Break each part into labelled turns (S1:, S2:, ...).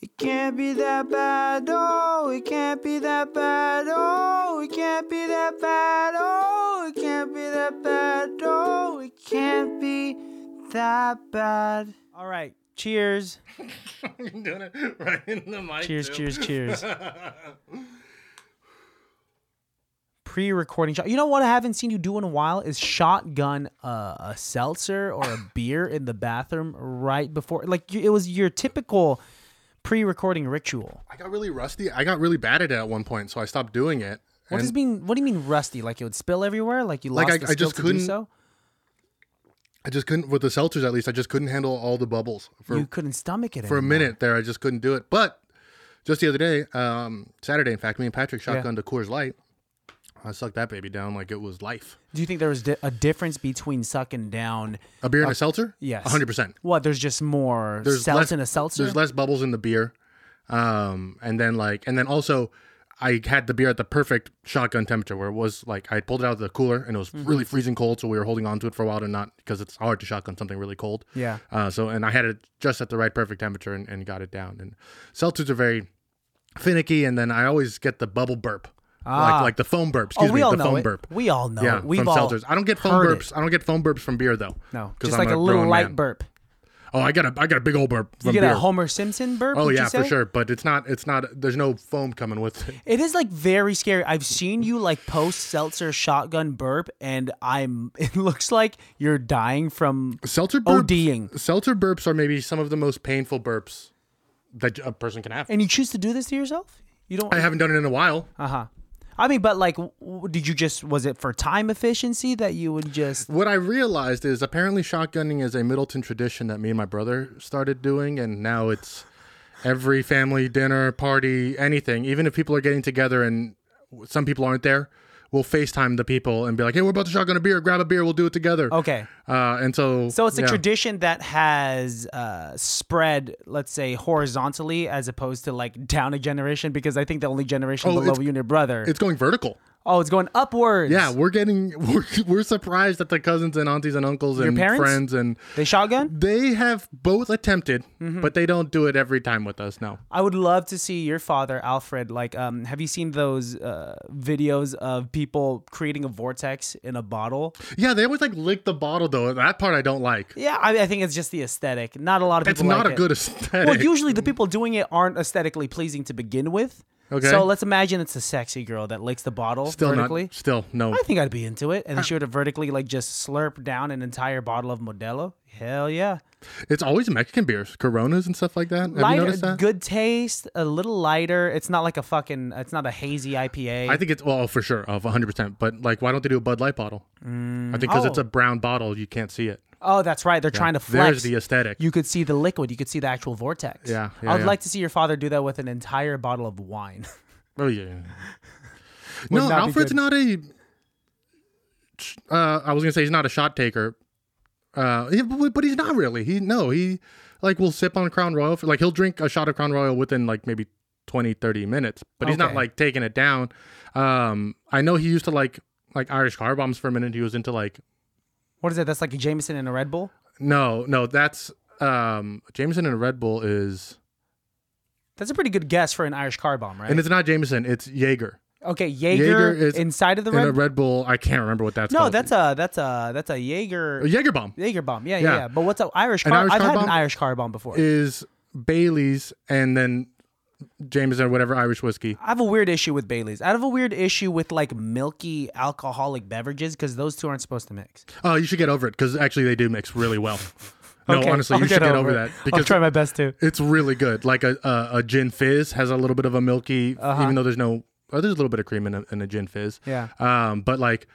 S1: It can't be that bad, oh, it can't be that bad, oh, it can't be that bad, oh, it can't be that bad, oh, it can't be that bad. All right, cheers,
S2: You're doing it right in the mic.
S1: cheers,
S2: too.
S1: cheers, cheers. Pre-recording shot. You know what I haven't seen you do in a while is shotgun uh, a seltzer or a beer in the bathroom right before, like you- it was your typical pre-recording ritual.
S2: I got really rusty. I got really bad at it at one point, so I stopped doing it.
S1: What does mean? What do you mean rusty? Like it would spill everywhere? Like you
S2: Like,
S1: lost
S2: I-
S1: the
S2: I
S1: skill
S2: just
S1: to do
S2: couldn't-
S1: so?
S2: I just couldn't with the seltzers. At least I just couldn't handle all the bubbles for
S1: you couldn't stomach it
S2: for a
S1: anymore.
S2: minute there. I just couldn't do it. But just the other day, um, Saturday, in fact, me and Patrick shotgunned a Coors Light. I sucked that baby down like it was life.
S1: Do you think there was di- a difference between sucking down?
S2: A beer and a seltzer?
S1: Uh, yes.
S2: hundred percent.
S1: What? There's just more
S2: There's
S1: seltz
S2: less-
S1: in a seltzer.
S2: There's less bubbles in the beer, um, and then like, and then also, I had the beer at the perfect shotgun temperature where it was like I pulled it out of the cooler and it was
S1: Mm-hmm.
S2: really freezing cold, so we were holding on to it for a while to not because it's hard to shotgun something really cold.
S1: yeah.
S2: Uh, so and I had it just at the right perfect temperature and, and got it down. And seltzers are very finicky, and then I always get the bubble burp,
S1: Ah.
S2: like like the foam burp. Excuse
S1: Oh, we
S2: me,
S1: all
S2: the
S1: know
S2: foam
S1: it.
S2: burp.
S1: We all know
S2: Yeah,
S1: it. We've
S2: from
S1: all
S2: seltzers. I don't get foam
S1: heard it.
S2: burps. I don't get foam burps from beer though.
S1: no,
S2: 'cause
S1: just
S2: I'm
S1: like a little
S2: grown
S1: light
S2: man.
S1: burp.
S2: Oh, I got a I got a big old burp
S1: You
S2: from
S1: get
S2: beer.
S1: a Homer Simpson burp.
S2: Oh
S1: would you
S2: yeah, for
S1: say?
S2: sure. But it's not. It's not. There's no foam coming with it.
S1: It is like very scary. I've seen you like post seltzer shotgun burp, and I'm. It looks like you're dying from
S2: Seltzer burps.
S1: ODing.
S2: Seltzer burps are maybe some of the most painful burps that a person can have.
S1: And you choose to do this to yourself? You don't.
S2: I haven't done it in a while.
S1: Uh huh. I mean, but like, w- w- did you just was it for time efficiency that you would just?
S2: What I realized is apparently shotgunning is a Middleton tradition that me and my brother started doing, and now it's every family dinner, party, anything. Even if people are getting together and some people aren't there, we'll FaceTime the people and be like, "Hey, we're about to shotgun a beer. Grab a beer. We'll do it together."
S1: Okay,
S2: Uh, and so,
S1: so it's a
S2: yeah.
S1: tradition that has uh, spread, let's say, horizontally as opposed to like down a generation, because I think the only generation
S2: Oh,
S1: below
S2: it's-
S1: you and your brother.
S2: It's going vertical.
S1: oh, it's going upwards.
S2: Yeah, we're getting we're, we're surprised at the cousins and aunties and uncles and
S1: parents?
S2: friends and
S1: they shotgun.
S2: they have both attempted,
S1: Mm-hmm.
S2: but they don't do it every time with us. No,
S1: I would love to see your father, Alfred. Like, um, have you seen those uh, videos of people creating a vortex in a bottle?
S2: yeah, they always like lick the bottle though. That part I don't like.
S1: Yeah, I, I think it's just the aesthetic. Not a lot of people.
S2: It's not
S1: like
S2: a
S1: it.
S2: good aesthetic.
S1: Well, usually the people doing it aren't aesthetically pleasing to begin with.
S2: Okay.
S1: So let's imagine it's a sexy girl that licks the bottle
S2: still
S1: vertically.
S2: not. Still no.
S1: I think I'd be into it, and then she would have vertically like just slurp down an entire bottle of Modelo. Hell yeah!
S2: It's always Mexican beers, Coronas and stuff like that. Have you
S1: Lighter,
S2: noticed that?
S1: good taste, a little lighter. It's not like a fucking. It's not a hazy IPA.
S2: I think it's well for sure of 100. percent But like, why don't they do a Bud Light bottle? I think because
S1: Oh.
S2: it's a brown bottle, you can't see it.
S1: oh, that's right. They're trying to flex.
S2: There's the aesthetic.
S1: you could see the liquid. You could see the actual vortex.
S2: Yeah, yeah,
S1: I'd
S2: yeah.
S1: like to see your father do that with an entire bottle of wine.
S2: Oh yeah. yeah. no,
S1: not be
S2: Alfred's
S1: good.
S2: not a. Uh, I was gonna say he's not a shot taker, uh, he- but but he's not really. He no, he like will sip on Crown Royal. For, like he'll drink a shot of Crown Royal within like maybe 20, 30 minutes, but he's not
S1: Okay.
S2: like taking it down. Um, I know he used to like like Irish car bombs for a minute. He was into like
S1: what is it? That's like a Jameson and a Red Bull.
S2: no, no, that's um Jameson and Red Bull is,
S1: That's a pretty good guess for an Irish car bomb, right?
S2: and it's not Jameson, it's Jaeger.
S1: Okay, Jaeger,
S2: is
S1: inside of the
S2: In
S1: Red.
S2: a Red Bull, I can't remember what that's
S1: no,
S2: called.
S1: that's a that's a that's a Jaeger
S2: a Jaeger bomb.
S1: Jaeger bomb. Yeah, yeah,
S2: Yeah.
S1: yeah. But what's a Irish
S2: An
S1: car?
S2: Irish
S1: I've
S2: car
S1: had an
S2: bomb?
S1: Irish car bomb before.
S2: is Bailey's and then Jameson or whatever Irish whiskey.
S1: I have a weird issue with Bailey's. I have a weird issue with like milky alcoholic beverages because those two aren't supposed to mix.
S2: Oh, you should get over it because actually they do mix really well. No, honestly, you
S1: I'll
S2: should get over,
S1: it.
S2: that
S1: I'll
S2: because
S1: try my best to.
S2: it's really good. Like a, a a gin fizz has a little bit of a milky, even though there's no, oh, there's a little bit of cream in a, in a gin fizz.
S1: Uh-huh. Yeah.
S2: Um, but like,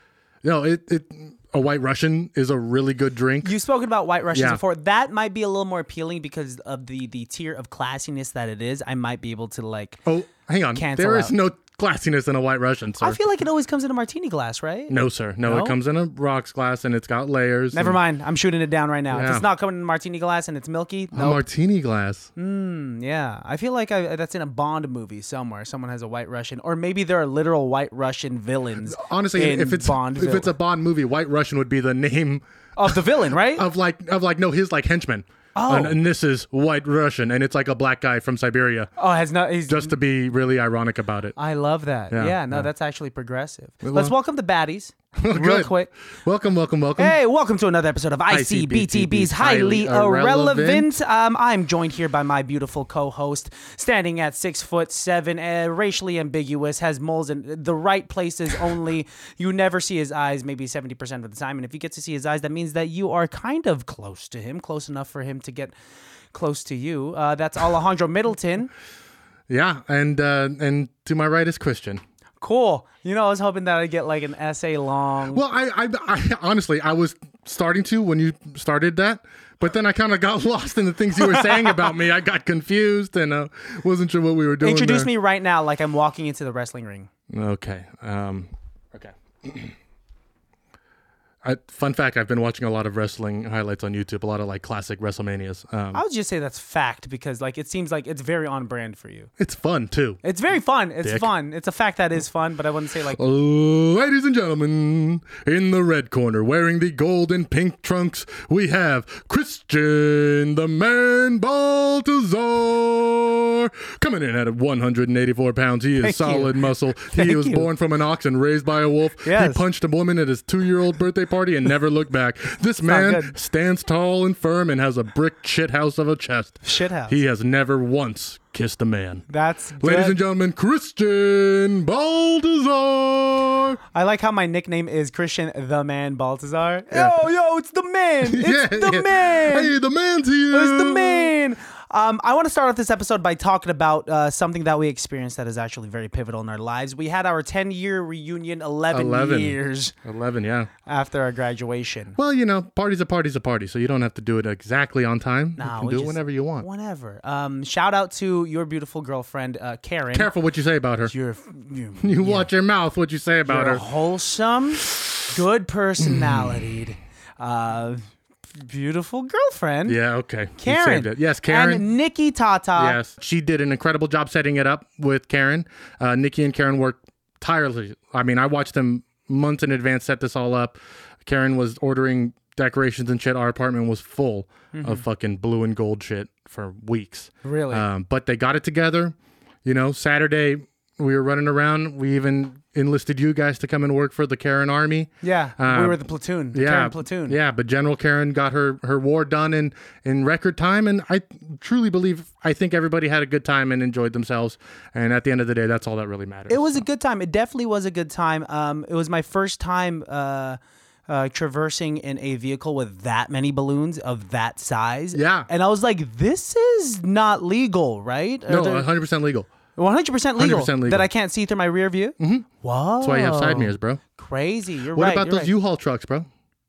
S2: you know, it it a White Russian is a really good drink.
S1: You've spoken about White Russians
S2: Yeah.
S1: before. That might be a little more appealing because of the the tier of classiness that it is. I might be able to like.
S2: oh, hang on,
S1: Cancel
S2: there is
S1: out.
S2: no classiness in a White Russian, sir.
S1: I feel like it always comes in a martini glass, right?
S2: no, sir. No,
S1: No?
S2: it comes in a rocks glass and it's got layers.
S1: Never
S2: and
S1: mind. I'm shooting it down right now. If
S2: Yeah.
S1: it's not coming in a martini glass and it's milky,
S2: A martini glass.
S1: Yeah, I feel like I, that's in a Bond movie somewhere. Someone has a White Russian, or maybe there are literal White Russian villains.
S2: Honestly,
S1: in
S2: if it's
S1: Bond,
S2: if it's a Bond movie, White Russian would be the name
S1: of the villain, right?
S2: of like of like no his like henchman. Oh. And, and this is White Russian, and it's like a black guy from Siberia,
S1: Oh, has not. He's,
S2: just to be really ironic about it.
S1: I love that. Yeah,
S2: Yeah,
S1: no,
S2: yeah.
S1: that's actually progressive. Let's welcome the baddies, real
S2: Good.
S1: quick.
S2: Welcome, welcome, welcome.
S1: Hey, welcome to another episode of ICBTB's
S2: ICBTB's
S1: Highly
S2: Highly
S1: Irrelevant.
S2: Irrelevant.
S1: Um, I'm joined here by my beautiful co-host, standing at six foot seven, uh, racially ambiguous, has moles in the right places only. you never see his eyes, maybe seventy percent of the time, and if you get to see his eyes, that means that you are kind of close to him, close enough for him to get close to you. Uh, that's Alejandro Middleton.
S2: Yeah, and uh, and to my right is Christian.
S1: Cool. You know, I was hoping that I'd get like an essay long.
S2: Well, I, I, I honestly, I was starting to when you started that, but then I kind of got lost in the things you were saying about me. I got confused and uh, wasn't sure what we were doing.
S1: Introduce me right now, like I'm walking into the wrestling ring.
S2: me. Okay. Um, okay. I, fun fact: I've been watching a lot of wrestling highlights on YouTube, a lot of like classic WrestleManias. Um,
S1: I would just say that's fact because like it seems like it's very on brand for you.
S2: it's fun too.
S1: It's very fun. It's
S2: Dick. Oh,
S1: fun. It's a fact that is fun, but I wouldn't say like
S2: Ladies and gentlemen, in the red corner, wearing the gold and pink trunks, we have Christian the Man Baltazar. Coming in at 184 pounds, he is
S1: Thank you.
S2: solid muscle.
S1: Thank
S2: he was
S1: you.
S2: born from an ox and raised by a wolf.
S1: Yes.
S2: He punched a woman at his two-year-old birthday party and never looked back. This man
S1: good.
S2: stands tall and firm and has a brick shit house of a chest.
S1: shit house.
S2: He has never once kissed a man.
S1: that's good.
S2: Ladies and gentlemen, Christian Baltazar.
S1: I like how my nickname is Christian the Man Baltazar. Yo, yo, it's the man. It's the man.
S2: Hey, the man's here.
S1: It's the man. Um, I want to start off this episode by talking about uh, something that we experienced that is actually very pivotal in our lives. We had our 10 year reunion 11,
S2: 11.
S1: years
S2: Eleven, yeah.
S1: after our graduation.
S2: Well, you know, party's a party's a party, so you don't have to do it exactly on time.
S1: Nah,
S2: you can
S1: Uh, we
S2: do it
S1: just-
S2: whenever you want.
S1: Whenever. Um, shout out to your beautiful girlfriend, uh, Karen.
S2: Careful what you say about her.
S1: You're, you're,
S2: You watch your mouth. What you say about
S1: you're
S2: her.
S1: wholesome, good personality, uh, beautiful girlfriend.
S2: Yeah. Okay. You
S1: Karen.
S2: saved it. Yes, Karen.
S1: And Nikki Tata.
S2: Yes, she did an incredible job setting it up with Karen. Uh, Nikki and Karen worked tirelessly. I mean, I watched them months in advance set this all up. Karen was ordering decorations and shit. Our apartment was full of fucking blue and gold shit for weeks.
S1: Really?
S2: Um, but they got it together. You know, Saturday we were running around. We even enlisted you guys to come and work for the Karen Army.
S1: Yeah, we
S2: Um,
S1: were the platoon.
S2: Yeah,
S1: Karen platoon.
S2: Yeah, but General Karen got her her war done in in record time, and I truly believe I think everybody had a good time and enjoyed themselves. And at the end of the day, that's all that really matters.
S1: It was a good time. It definitely was a good time. Um, it was my first time uh, uh, traversing in a vehicle with that many balloons of that size.
S2: Yeah.
S1: and I was like, "This is not legal, right?
S2: no, uh, 100 percent legal.
S1: one hundred percent legal.
S2: 100% legal.
S1: That I can't see through my rear view. Mm-hmm. Whoa,
S2: That's why you have side mirrors, bro.
S1: Crazy. You're
S2: What
S1: Oh. right.
S2: about
S1: you're
S2: those
S1: right.
S2: U-Haul trucks, bro?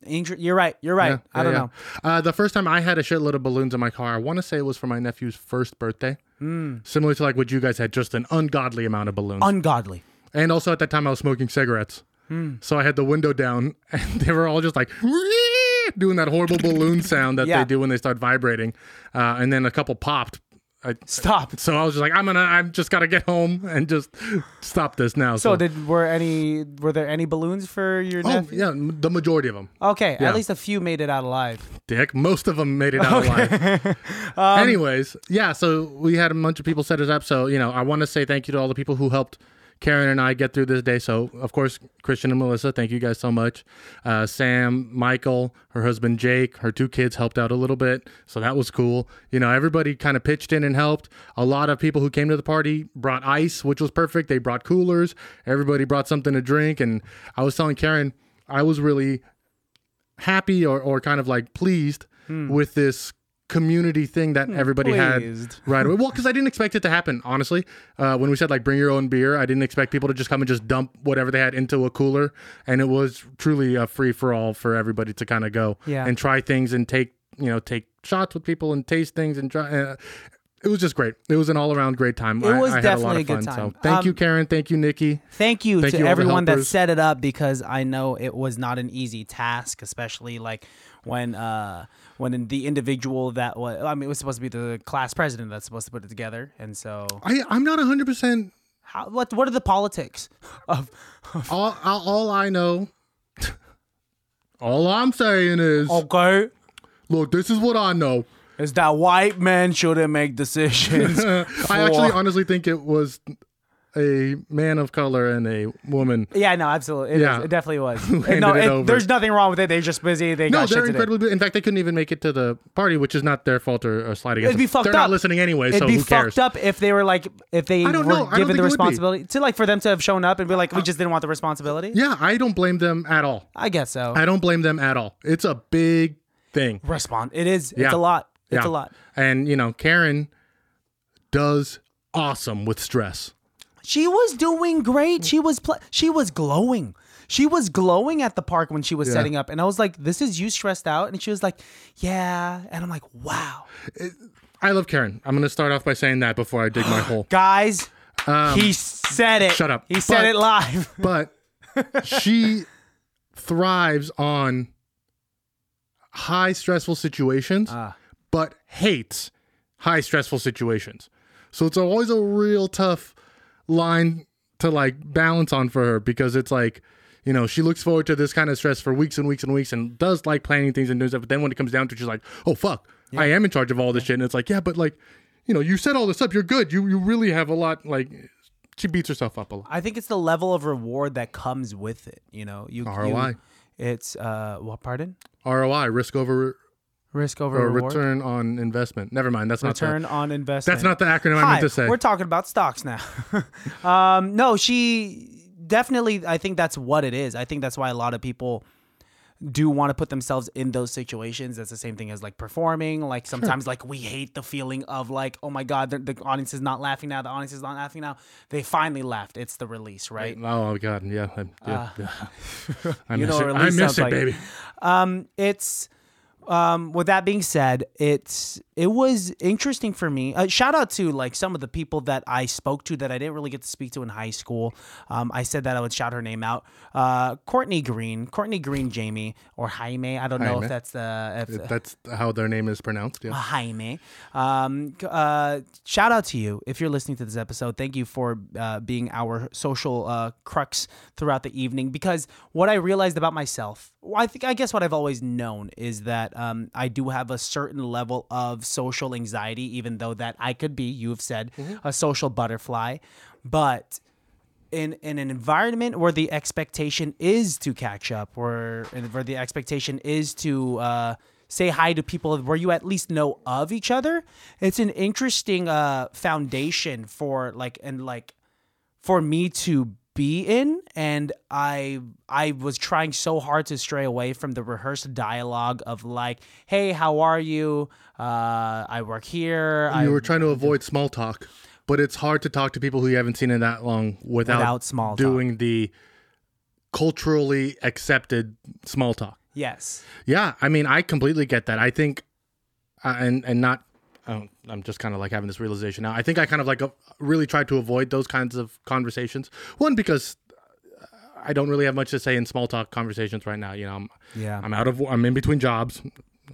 S1: Inju- You're right. You're right. I
S2: Yeah,
S1: don't
S2: yeah.
S1: know.
S2: Uh, the first time I had a shitload of balloons in my car, I want to say it was for my nephew's first birthday.
S1: Hmm.
S2: Similar to like what you guys had, just an ungodly amount of balloons.
S1: Ungodly.
S2: And also at that time, I was smoking cigarettes.
S1: Hmm.
S2: So I had the window down, and they were all just like doing that horrible balloon sound that
S1: Yeah.
S2: they do when they start vibrating. Uh, and then a couple popped. I,
S1: Stop.
S2: so I was just like, I'm gonna, I'm just gotta get home and just stop this now.
S1: So did were any were there any balloons for your
S2: oh
S1: nephew?
S2: yeah, m- the majority of them,
S1: Okay, at least a few made it out alive.
S2: Dick. Most of them made it out alive. Anyways, yeah. So we had a bunch of people set us up. So you know, I want to say thank you to all the people who helped. Karen and I get through this day. So, of course, Christian and Melissa, thank you guys so much. Uh, Sam, Michael, her husband Jake, her two kids helped out a little bit. So that was cool. You know, everybody kind of pitched in and helped. A lot of people who came to the party brought ice, which was perfect. They brought coolers. Everybody brought something to drink. And I was telling Karen, I was really happy or, or kind of like pleased
S1: Hmm.
S2: with this community thing that everybody
S1: pleased.
S2: had right away. Well, because I didn't expect it to happen, honestly. Uh, when we said like bring your own beer, I didn't expect people to just come and just dump whatever they had into a cooler, and it was truly a free for all for everybody to kind of go
S1: Yeah.
S2: and try things and take you know take shots with people and taste things and try. Uh, it was just great. It was an all around great time. It
S1: was
S2: I, had a lot
S1: definitely
S2: of
S1: a good
S2: fun.
S1: time.
S2: So thank
S1: Um,
S2: you, Karen. Thank you, Nikki.
S1: Thank you
S2: Thank
S1: to
S2: you, all the
S1: everyone that
S2: helpers.
S1: set it up because I know it was not an easy task, especially like when uh when the individual that was I mean it was supposed to be the class president that's supposed to put it together, and so
S2: I I'm not hundred percent
S1: how, what what are the politics of
S2: all, all, all I know, all I'm saying is,
S1: okay
S2: look, this is what I know.
S1: Is that white men shouldn't make decisions?
S2: I actually
S1: for-
S2: honestly think it was a man of color and a woman.
S1: yeah, no, absolutely. It,
S2: Yeah.
S1: is- it definitely was.
S2: Handed
S1: no,
S2: it
S1: it-
S2: over.
S1: there's nothing wrong with it. They're just busy. They
S2: No,
S1: got shit
S2: they're
S1: to do.
S2: incredibly. In fact, they couldn't even make it to the party, which is not their fault or, or slide against.
S1: It'd be
S2: them.
S1: fucked
S2: They're
S1: up.
S2: not listening anyway,
S1: It'd
S2: so
S1: be
S2: who cares?
S1: fucked up if they were like if they
S2: I don't
S1: were
S2: know. I don't
S1: given the
S2: think it would be. Uh,
S1: responsibility to like for them to have shown up and be like we just didn't want the responsibility.
S2: Yeah, I don't blame them at all.
S1: I guess so.
S2: I don't blame them at all. It's a big thing.
S1: Respond. It is.
S2: Yeah.
S1: It's a lot. It's
S2: Yeah.
S1: a lot.
S2: And you know, Karen does awesome with stress.
S1: She was doing great. She was pl- she was glowing. She was glowing at the park when she was setting up, and I was like, "This is you stressed out," and she was like, "Yeah," and I'm like, "Wow,
S2: I love Karen. I'm gonna start off by saying that before I dig my hole.
S1: guys." he said it.
S2: Um, shut up.
S1: He said
S2: But-
S1: it live.
S2: But she thrives on high stressful situations, but hates high stressful situations. So it's always a real tough line to like balance on for her because it's like, you know, she looks forward to this kind of stress for weeks and weeks and weeks and does like planning things and doing stuff. But then when it comes down to it, she's like, oh, fuck, I am in charge of all this shit. And it's like, yeah, but like, you know, you set all this up. You're good. You you really have a lot. Like, she beats herself up a lot.
S1: I think it's the level of reward that comes with it. You know, you
S2: ROI.
S1: You, it's uh, what? Pardon?
S2: ROI, risk over
S1: Risk over
S2: or
S1: reward.
S2: return on investment. Never mind. That's
S1: Return
S2: not
S1: on
S2: the,
S1: investment.
S2: that's not the acronym I
S1: Hi,
S2: meant to say.
S1: we're talking about stocks now. um, no, she definitely. I think that's what it is. I think that's why a lot of people do want to put themselves in those situations. That's the same thing as like performing. Like sometimes, like we hate the feeling of like, oh my god, the, the audience is not laughing now. The audience is not laughing now. They finally laughed. It's the release, right?
S2: Oh god, yeah, I, yeah, yeah. I
S1: Uh, you
S2: miss
S1: know
S2: it.
S1: what
S2: I
S1: release
S2: miss
S1: sounds
S2: it,
S1: like.
S2: baby.
S1: um, it's um, with that being said, it's it was interesting for me. Uh, shout out to like some of the people that I spoke to that I didn't really get to speak to in high school. Um, I said that I would shout her name out. Uh, Courtney Green, Courtney Green, Jamie or Jaime. I don't know
S2: Jaime.
S1: if that's the if,
S2: That's how their name is pronounced. Yeah.
S1: Jaime. Um, c- uh, shout out to you if you're listening to this episode. Thank you for uh, being our social uh, crux throughout the evening. Because what I realized about myself, well, I think I guess what I've always known is that um, I do have a certain level of social anxiety, even though that I could be, you have said, a social butterfly, but. In, in an environment where the expectation is to catch up, where and where the expectation is to uh, say hi to people where you at least know of each other, it's an interesting uh, foundation for like and like for me to be in and i i was trying so hard to stray away from the rehearsed dialogue of like hey how are you uh i work here i
S2: You were trying to avoid small talk, but it's hard to talk to people who you haven't seen in that long without,
S1: Without small talk.
S2: doing the culturally accepted small talk.
S1: yes
S2: Yeah, I mean, I completely get that. I think, uh, and and not, I don't- I'm just kind of like having this realization now. I think I kind of like uh, really tried to avoid those kinds of conversations. One because uh, I don't really have much to say in small talk conversations right now. You know, I'm
S1: yeah
S2: I'm out of I'm in between jobs,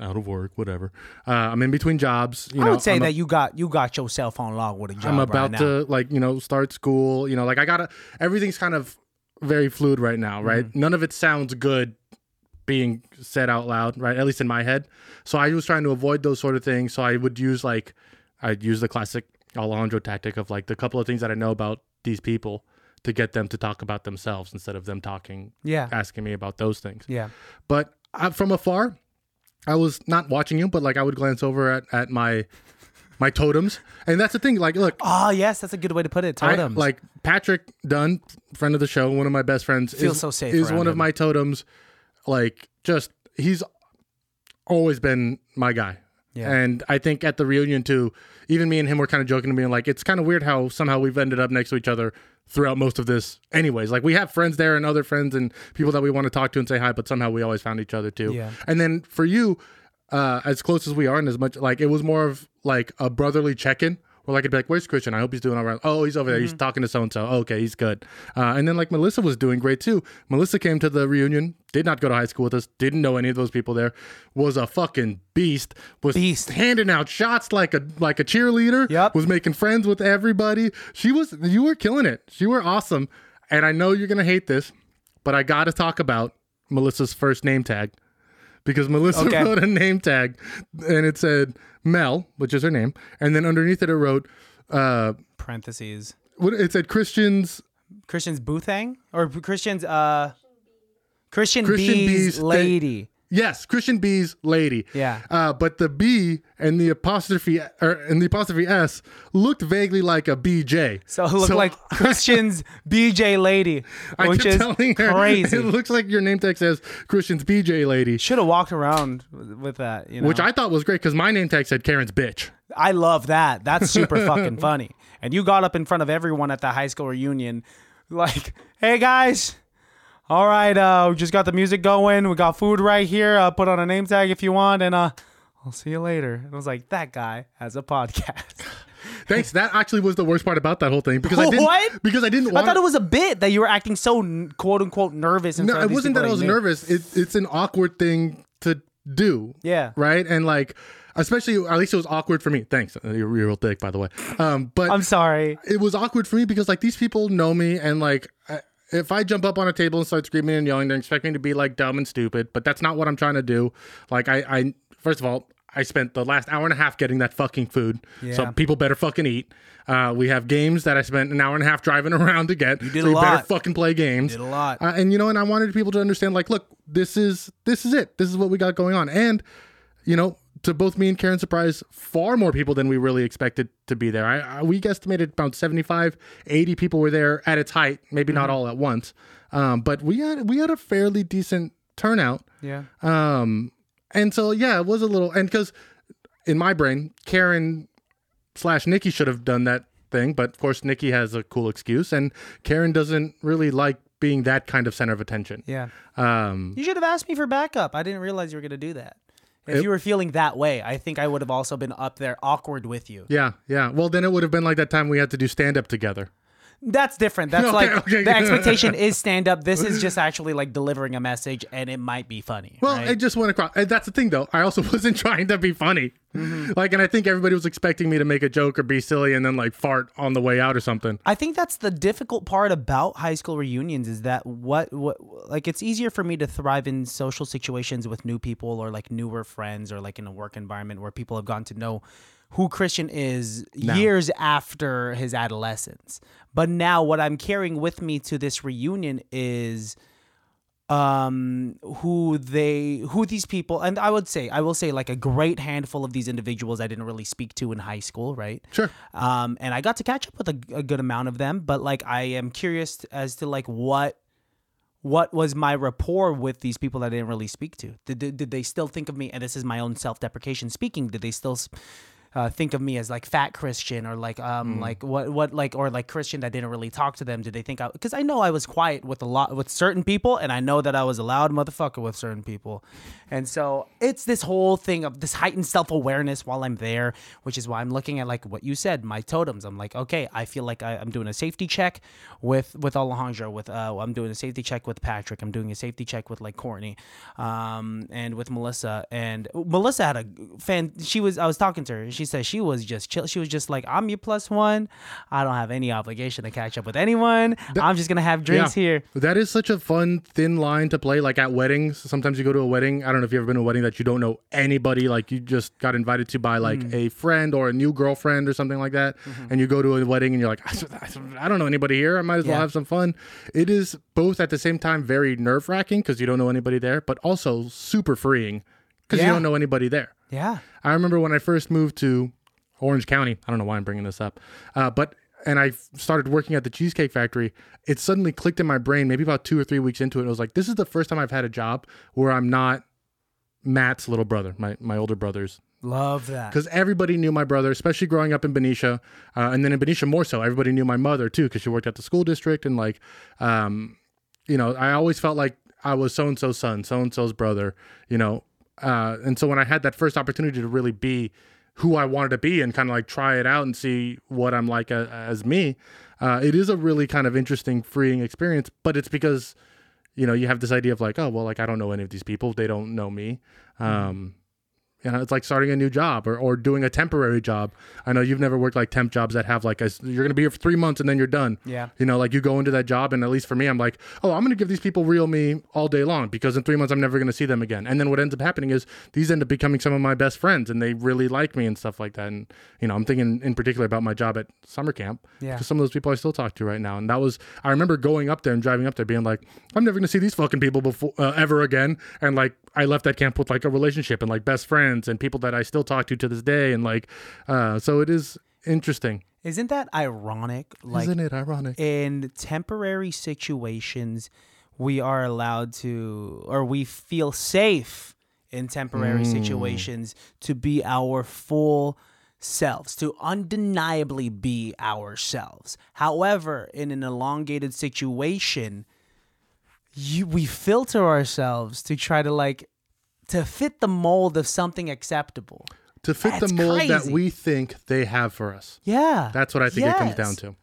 S2: out of work, whatever. Uh, I'm in between jobs. You
S1: i
S2: know,
S1: would say
S2: I'm a-
S1: that you got you got your cell phone log with a job
S2: I'm about
S1: right now.
S2: to like you know start school. You know, like I gotta. Everything's kind of very fluid right now,
S1: Mm-hmm.
S2: right? None of it sounds good being said out loud, right? At least in my head. So I was trying to avoid those sort of things. So I would use like I'd use the classic Alejandro tactic of like the couple of things that I know about these people to get them to talk about themselves instead of them talking,
S1: yeah
S2: asking me about those things
S1: yeah
S2: but I, from afar, I was not watching you, but like I would glance over at, at my my totems, and that's the thing. Like, look,
S1: oh yes that's a good way to put it
S2: I-
S1: totems
S2: like Patrick Dunn, friend of the show, one of my best friends,
S1: Feel
S2: is,
S1: so safe
S2: is
S1: around
S2: one of
S1: him.
S2: my totems. Like, just he's always been my guy.
S1: Yeah.
S2: And I think at the reunion too, even me and him were kind of joking and being like, it's kind of weird how somehow we've ended up next to each other throughout most of this. Anyways, like we have friends there and other friends and people that we want to talk to and say hi, but somehow we always found each other too.
S1: Yeah.
S2: And then for you, uh, as close as we are and as much like it was more of like a brotherly check-in where like I'd be like, Where's Christian? I hope he's doing all right. Oh, he's over there, he's talking to so and so. Okay, he's good. Uh, and then like Melissa was doing great too. Melissa came to the reunion, did not go to high school with us, didn't know any of those people there, was a fucking beast, was
S1: Beast.
S2: handing out shots like a like a cheerleader,
S1: Yep.
S2: was making friends with everybody. She was you were killing it. She were awesome. And I know you're gonna hate this, but I gotta talk about Melissa's first name tag because Melissa
S1: Okay.
S2: wrote a name tag and it said Mel, which is her name, and then underneath it it wrote uh
S1: Parentheses.
S2: what it said Christian's
S1: Christian's Boothang or Christian's uh Christian,
S2: Christian
S1: B's,
S2: B's thing-
S1: lady.
S2: Yes, Christian B's lady.
S1: Yeah.
S2: Uh, but the B and the apostrophe or and the apostrophe S looked vaguely like a BJ.
S1: So it looked like Christian's BJ lady,
S2: I
S1: which
S2: kept
S1: is
S2: telling her
S1: crazy.
S2: it looks like your name tag says Christian's BJ lady.
S1: Should have walked around with with that. You know?
S2: Which I thought was great because my name tag said Karen's bitch.
S1: I love that. That's super fucking funny. And you got up in front of everyone at the high school reunion, like, hey guys, all right, uh, we just got the music going. We got food right here. Uh, put on a name tag if you want, and uh, I'll see you later. And I was like, that guy has a podcast.
S2: Thanks. That actually was the worst part about that whole thing because I didn't
S1: What?
S2: because I didn't
S1: I
S2: want
S1: thought it was a bit that you were acting so n- quote unquote nervous. In
S2: No,
S1: front of
S2: it
S1: these
S2: wasn't
S1: people
S2: that I
S1: you
S2: was
S1: knew.
S2: nervous. It, it's an awkward thing to do.
S1: Yeah.
S2: Right? And like especially at least it was awkward for me. Thanks. Uh, You're, you're real thick by the way. Um but
S1: I'm sorry.
S2: it was awkward for me because like these people know me and like I, if I jump up on a table and start screaming and yelling, they expect me to be like dumb and stupid, but that's not what I'm trying to do. Like I, I first of all, I spent the last hour and a half getting that fucking food, so
S1: Yeah.
S2: people better fucking eat. Uh, we have games that I spent an hour and a half driving around to get. You
S1: did
S2: so
S1: a
S2: you better
S1: lot.
S2: fucking play games.
S1: Did a lot.
S2: Uh, and you know, and I wanted people to understand, like, look, this is this is it. This is what we got going on. And you know, to both me and Karen surprise, far more people than we really expected to be there. I, I we guesstimated about 75, 80 people were there at its height, maybe not all at once. Um, but we had we had a fairly decent turnout.
S1: Yeah.
S2: Um, and so yeah, it was a little and because in my brain, Karen slash Nikki should have done that thing, but of course Nikki has a cool excuse, and Karen doesn't really like being that kind of center of attention.
S1: Yeah.
S2: Um,
S1: You should have asked me for backup. I didn't realize you were going to do that. If
S2: It-
S1: you were feeling that way, I think I would have also been up there awkward with you.
S2: yeah, yeah. Well, then it would have been like that time we had to do stand up together.
S1: That's different. That's
S2: Okay,
S1: like
S2: okay.
S1: the expectation is stand up. This is just actually like delivering a message and it might be funny.
S2: Well,
S1: right?
S2: I just went across. And that's the thing, though. I also wasn't trying to be funny. Like, and I think everybody was expecting me to make a joke or be silly and then like fart on the way out or something.
S1: I think that's the difficult part about high school reunions is that what what like it's easier for me to thrive in social situations with new people or like newer friends or like in a work environment where people have gotten to know who Christian is years after his adolescence. But now what I'm carrying with me to this reunion is um who they who these people and I would say I will say like a great handful of these individuals I didn't really speak to in high school, right?
S2: Sure.
S1: um, and I got to catch up with a, a good amount of them. But like, I am curious as to like what what was my rapport with these people that I didn't really speak to. Did did, did they still think of me? And this is my own self deprecation speaking. Did they still? s- Uh, think of me as like fat Christian or like um like what what like or like Christian that didn't really talk to them. Did they think I because I know I was quiet with a lot with certain people and I know that I was a loud motherfucker with certain people, and so it's this whole thing of this heightened self awareness while I'm there, which is why I'm looking at like what you said, my totems. I'm like okay, I feel like I, I'm doing a safety check with with Alejandro, with uh I'm doing a safety check with Patrick, I'm doing a safety check with like Courtney, um and with Melissa and Melissa had a fan. She was I was talking to her. She said she was just chill. She was just like I'm your plus one. I don't have any obligation to catch up with anyone. I'm just gonna have drinks here.
S2: That is such a fun thin line to play. Like at weddings, sometimes you go to a wedding. I don't know if you've ever been to a wedding that you don't know anybody. Like you just got invited to by like
S1: Mm.
S2: a friend or a new girlfriend or something like that,
S1: Mm-hmm.
S2: and you go to a wedding and you're like, I don't know anybody here. I might as well
S1: Yeah.
S2: have some fun. It is both at the same time very nerve wracking because you don't know anybody there, but also super freeing because you
S1: Yeah.
S2: don't know anybody there.
S1: Yeah.
S2: I remember when I first moved to Orange County. I don't know why I'm bringing this up, uh, but and I f- started working at the Cheesecake Factory. It suddenly clicked in my brain. Maybe about two or three weeks into it, I was like, "This is the first time I've had a job where I'm not Matt's little brother, my my older brother's
S1: Love that.
S2: because everybody knew my brother, especially growing up in Benicia, uh, and then in Benicia more so. Everybody knew my mother too because she worked at the school district, and like, um, you know, I always felt like I was so and so's son, so and so's brother, you know. Uh, and so when I had that first opportunity to really be who I wanted to be and kind of like try it out and see what I'm like a, as me, uh, it is a really kind of interesting, freeing experience. But it's because you know you have this idea of like, oh well, like I don't know any of these people, they don't know me. Um, You know, it's like starting a new job or, or doing a temporary job. I know you've never worked like temp jobs that have like a, you're going to be here for three months and then you're done.
S1: Yeah.
S2: You know, like you go into that job and at least for me, I'm like, oh, I'm going to give these people real me all day long because in three months I'm never going to see them again. And then what ends up happening is these end up becoming some of my best friends and they really like me and stuff like that. And you know, I'm thinking in particular about my job at summer camp
S1: Yeah.
S2: because some of those people I still talk to right now. And that was I remember going up there and driving up there being like, I'm never going to see these fucking people before uh, ever again. And like I left that camp with like a relationship and like best friends and people that I still talk to to this day. And like, uh, so it is interesting.
S1: Isn't that ironic? Like
S2: Isn't it ironic?
S1: in temporary situations, we are allowed to, or we feel safe in temporary situations to be our full selves, to undeniably be ourselves. However, in an elongated situation, you, we filter ourselves to try to like to fit the mold of something acceptable.
S2: to fit the
S1: that's
S2: mold that
S1: crazy.
S2: we think they have for us.
S1: Yeah.
S2: That's what I think it comes down
S1: Yes.
S2: to.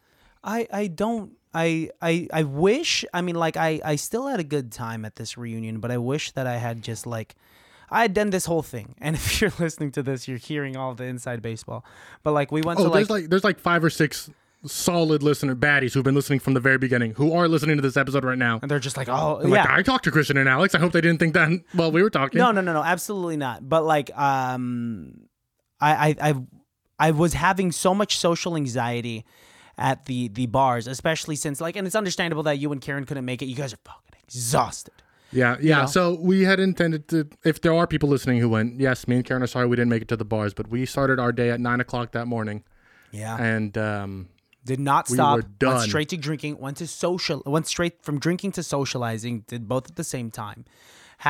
S1: I I don't I I I wish I mean like I I still had a good time at this reunion, but I wish that I had just like I had done this whole thing. And if you're listening to this, you're hearing all the inside baseball. But like we went
S2: Oh,
S1: to
S2: there's
S1: like,
S2: like there's like five or six solid listener baddies who've been listening from the very beginning who are listening to this episode right now.
S1: and they're just like oh
S2: Like
S1: yeah
S2: I talked to Christian and Alex. I hope they didn't think that while we were talking.
S1: No, no, no, no, absolutely not. But like, um, I, I, I, I was having so much social anxiety at the the bars, especially since like, and it's understandable that you and Karen couldn't make it. You guys are fucking exhausted.
S2: Yeah, yeah. So we had intended to, if there are people listening who went, yes, me and Karen are sorry we didn't make it to the bars, but we started our day at nine o'clock that morning,
S1: Yeah,
S2: and um,
S1: did not
S2: we
S1: stop.
S2: were done.
S1: Went straight to drinking. Went to social. Went straight from drinking to socializing. Did both at the same time.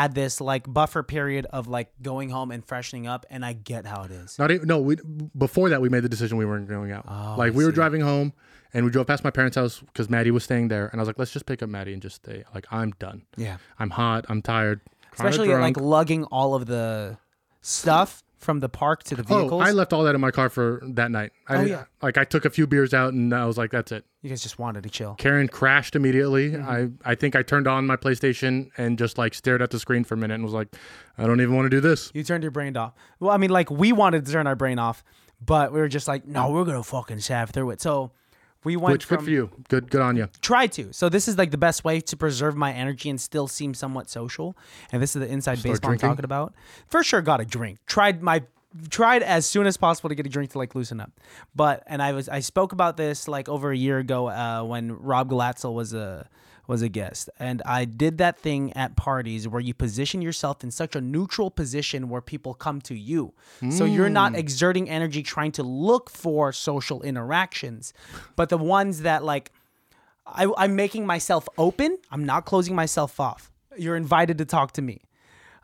S1: Had this like buffer period of like going home and freshening up, and I get how it is.
S2: Not even, no, we before that we made the decision we weren't going out.
S1: Oh,
S2: like we were driving home and we drove past my parents' house because Maddie was staying there, and I was like, let's just pick up Maddie and just stay. Like I'm done.
S1: Yeah.
S2: I'm hot. I'm tired. kinda
S1: Especially like
S2: drunk.
S1: lugging all of the stuff from the park to the
S2: oh,
S1: vehicles. Oh,
S2: I left all that in my car for that night. I didn't-
S1: yeah.
S2: Like I took a few beers out and I was like, that's it.
S1: You guys just wanted to chill.
S2: Karen crashed immediately.
S1: Mm-hmm.
S2: I I think I turned on my PlayStation and just like stared at the screen for a minute and was like, I don't even want to do this.
S1: You turned your brain off. Well, I mean, like we wanted to turn our brain off, but we were just like, no, we're gonna fucking sav through it. So we went
S2: Which
S1: from
S2: good for you. Good good on you.
S1: try to. So this is like the best way to preserve my energy and still seem somewhat social. And this is the inside baseball
S2: drinking?
S1: I'm talking about. For sure, got a drink. Tried my tried as soon as possible to get a drink to like loosen up. But and I was I spoke about this like over a year ago uh, when Rob Galatzel was a was a guest and I did that thing at parties where you position yourself in such a neutral position where people come to you. So you're not exerting energy trying to look for social interactions, but the ones that like I, I'm making myself open. I'm not closing myself off. You're invited to talk to me.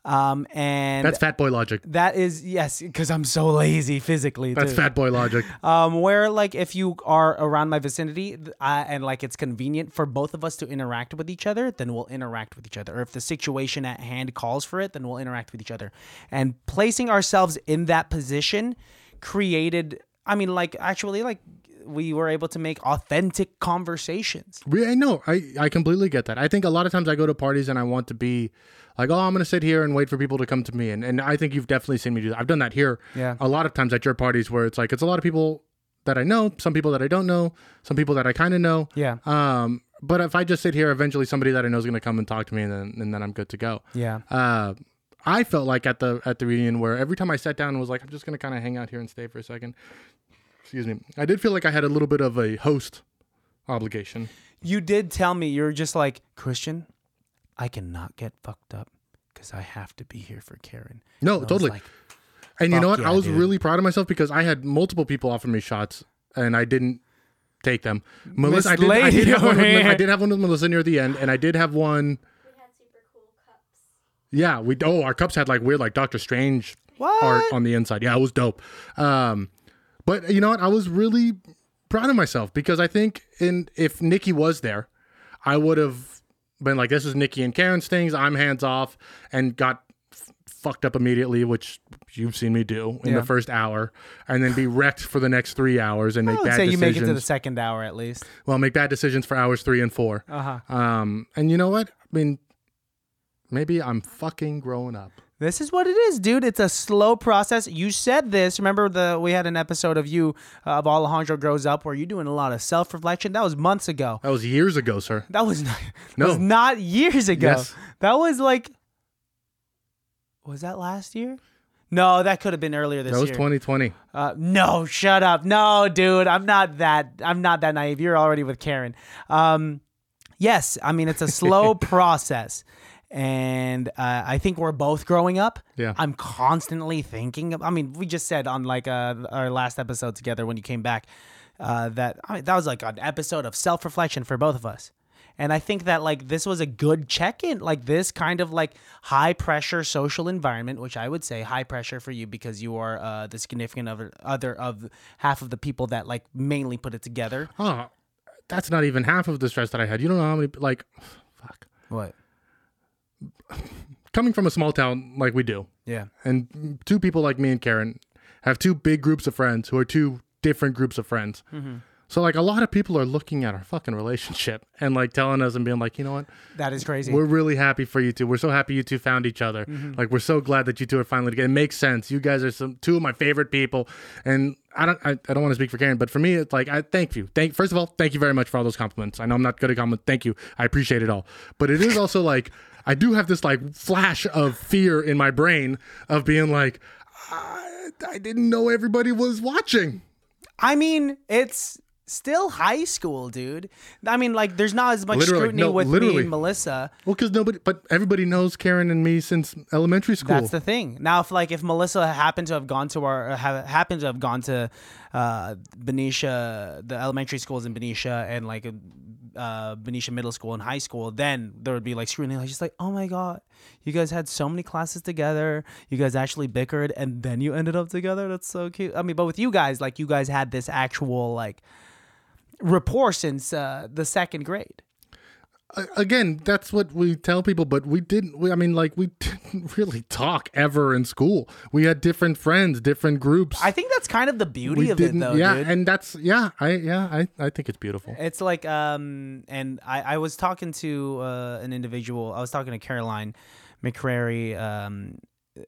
S1: Um, and
S2: That's fat boy logic.
S1: that is, yes, because I'm so lazy physically.
S2: That's
S1: too.
S2: fat boy logic.
S1: Um, where like if you are around my vicinity th- I, and like it's convenient for both of us to interact with each other, then we'll interact with each other. Or if the situation at hand calls for it, then we'll interact with each other. And placing ourselves in that position created, I mean, like actually, like we were able to make authentic conversations.
S2: We, I know. I, I completely get that. I think a lot of times I go to parties and I want to be like, oh, I'm going to sit here and wait for people to come to me. And, and I think you've definitely seen me do that. I've done that here
S1: Yeah.
S2: a lot of times at your parties where it's like, it's a lot of people that I know, some people that I don't know, some people that I kind of know.
S1: Yeah.
S2: Um, but if I just sit here, eventually somebody that I know is going to come and talk to me and then, and then I'm good to go.
S1: Yeah.
S2: Uh, I felt like at the at the reunion where every time I sat down and was like, I'm just gonna kind of hang out here and stay for a second. Excuse me. I did feel like I had a little bit of a host obligation.
S1: You did tell me you were just like Christian. I cannot get fucked up because I have to be here for Karen.
S2: No,
S1: And I was
S2: totally.
S1: like,
S2: And you know
S1: Fuck
S2: what? I
S1: yeah,
S2: was
S1: dude.
S2: really proud of myself because I had multiple people offer me shots and I didn't take them. Melissa, I did, I, did
S1: lady
S2: have one
S1: over
S2: with, Mel- I
S1: here.
S2: did have one with Melissa near the end, and I did have one.
S3: We had super cool cups.
S2: Yeah, we oh our cups had like weird like Doctor Strange
S1: What?
S2: art on the inside. Yeah, it was dope. Um, but you know what? I was really proud of myself because I think in if Nikki was there, I would have been like, "This is Nikki and Karen's things. I'm hands off," and got f- fucked up immediately, which you've seen me do in
S1: Yeah.
S2: the first hour, and then be wrecked for the next three hours and make
S1: I would
S2: bad
S1: say you
S2: decisions.
S1: make it to the second hour at least.
S2: well, make bad decisions for hours three and four.
S1: Uh huh.
S2: Um, and you know what? I mean, maybe I'm fucking growing up.
S1: This is what it is, dude. It's a slow process. You said this. Remember the we had an episode of you uh, of Alejandro grows up where you're doing a lot of self reflection. That was months ago.
S2: That was years ago, sir.
S1: That was not, that
S2: No.
S1: was not years ago.
S2: Yes.
S1: That was like was that last year? No, that could have been earlier this
S2: That was
S1: year.
S2: 2020.
S1: Uh, no, shut up. No, dude, I'm not that. I'm not that naive. You're already with Karen. Um, yes, I mean it's a slow process, and uh, I think we're both growing up.
S2: Yeah.
S1: I'm constantly thinking. Of, I mean, we just said on like uh, our last episode together when you came back uh, that I mean, that was like an episode of self reflection for both of us. And I think that like this was a good check in, like this kind of like high pressure social environment, which I would say high pressure for you because you are uh, the significant other, other of half of the people that like mainly put it together.
S2: Oh, that's not even half of the stress that I had. You don't know how many like fuck.
S1: What?
S2: Coming from a small town like we do,
S1: Yeah.
S2: and two people like me and Karen have two big groups of friends who are two different groups of friends. So like a lot of people are looking at our fucking relationship and like telling us and being like, you know what,
S1: That is crazy.
S2: we're really happy for you two. We're so happy you two found each other. Like we're so glad that you two are finally together. It makes sense. You guys are some two of my favorite people. And I don't I, I don't want to speak for Karen, but for me it's like I thank you. Thank first of all, thank you very much for all those compliments. I know I'm not good at compliments. Thank you. I appreciate it all. But it is also like I do have this like flash of fear in my brain of being like I, I didn't know everybody was watching.
S1: I mean, it's still high school, dude. I mean, like there's not as much
S2: Literally,
S1: scrutiny
S2: no,
S1: with me
S2: literally.
S1: and Melissa.
S2: Well, because nobody, but everybody knows Karen and me since elementary school.
S1: That's the thing. Now, if like if Melissa happened to have gone to our uh, ha- happened to have gone to uh, Benicia, the elementary schools in Benicia, and like uh, Benicia Middle School and high school, then there would be like scrutiny. Like just like, oh my god, you guys had so many classes together. You guys actually bickered, and then you ended up together. That's so cute. I mean, but with you guys, like you guys had this actual like rapport since uh, the second grade.
S2: again, that's what we tell people, but we didn't. We, I mean, like, we didn't really talk ever in school. We had different friends, different groups.
S1: I think that's kind of the beauty
S2: we
S1: of it, though.
S2: yeah,
S1: dude.
S2: and that's yeah, I yeah, I I think it's beautiful.
S1: It's like um, and I, I was talking to uh, an individual. I was talking to Caroline McCrary, um,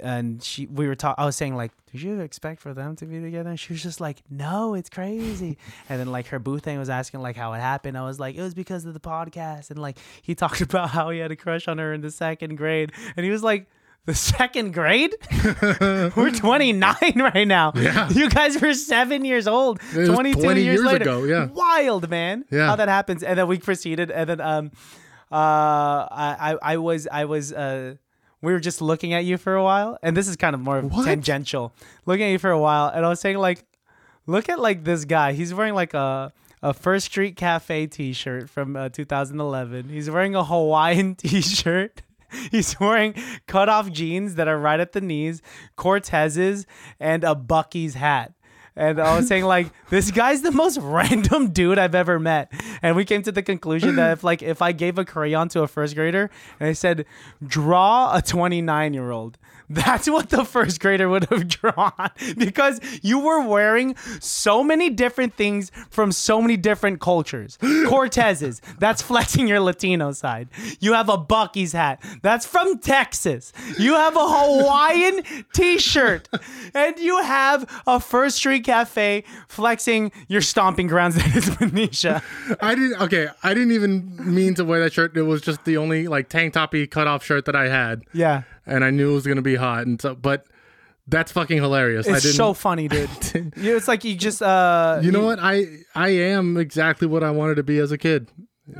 S1: and she we were talking. I was saying like, did you expect for them to be together? And she was just like, no, it's crazy. and then like her boo thing was asking like how it happened. I was like, it was because of the podcast. And like he talked about how he had a crush on her in the second grade, and he was like. The second grade? we're 29 right now.
S2: Yeah.
S1: You guys were seven years old.
S2: was
S1: 22
S2: 20
S1: years,
S2: years
S1: later.
S2: ago, yeah.
S1: Wild, man.
S2: Yeah.
S1: How that happens. And then we proceeded. And then um uh I I, I was I was uh we were just looking at you for a while, and this is kind of more
S2: What?
S1: tangential. Looking at you for a while, and I was saying like, look at like this guy. He's wearing like a a First Street Cafe T-shirt from uh, 2011. He's wearing a Hawaiian T-shirt. He's wearing cut-off jeans that are right at the knees, Cortez's, and a Bucky's hat. And I was saying like, this guy's the most random dude I've ever met. And we came to the conclusion that if like if I gave a crayon to a first grader and I said, draw a 29 year old, that's what the first grader would have drawn because you were wearing so many different things from so many different cultures. Cortez's, that's flexing your Latino side. You have a Bucky's hat, that's from Texas. You have a Hawaiian t shirt, and you have a First Street Cafe flexing your stomping grounds that is Benicia.
S2: I didn't. Okay, I didn't even mean to wear that shirt. It was just the only like tank toppy cutoff shirt that I had,
S1: Yeah.
S2: and I knew it was gonna be hot, and so but. That's fucking hilarious. I
S1: It's
S2: didn't,
S1: so funny, dude. Yeah, it's like you just, uh,
S2: you know what? I I am exactly what I wanted to be as a kid.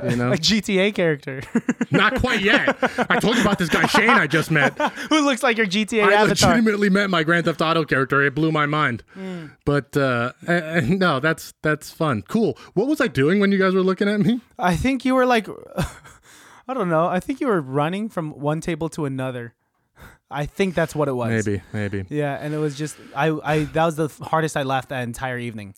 S2: You know,
S1: a GTA character.
S2: not quite yet. I told you about this guy Shane I just met.
S1: who looks like your GTA
S2: I
S1: avatar.
S2: legitimately met my Grand Theft Auto character. It blew my mind. But uh, uh, uh, no, that's that's fun. Cool. What was I doing when you guys were looking at me?
S1: I think you were like, I don't know. I think you were running from one table to another. I think that's what it was.
S2: Maybe, maybe.
S1: Yeah, and it was just I. I that was the hardest I laughed that entire evening.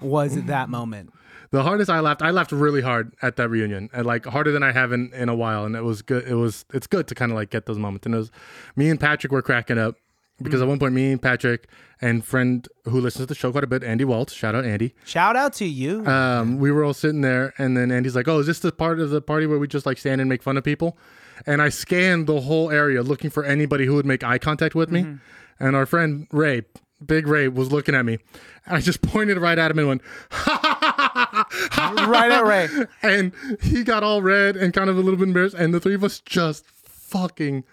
S1: was that moment?
S2: The hardest I laughed. I laughed really hard at that reunion, and like harder than I have in, in a while. And it was good. It was it's good to kind of like get those moments. And it was me and Patrick were cracking up because at one point me and Patrick and friend who listens to the show quite a bit, Andy Waltz. Shout out Andy.
S1: Shout out to you.
S2: um, we were all sitting there, and then Andy's like, "Oh, is this the part of the party where we just like stand and make fun of people?" and I scanned the whole area looking for anybody who would make eye contact with me. And our friend Ray, Big Ray, was looking at me. And I just pointed right at him and went,
S1: right at Ray.
S2: and he got all red and kind of a little bit embarrassed. And the three of us just fucking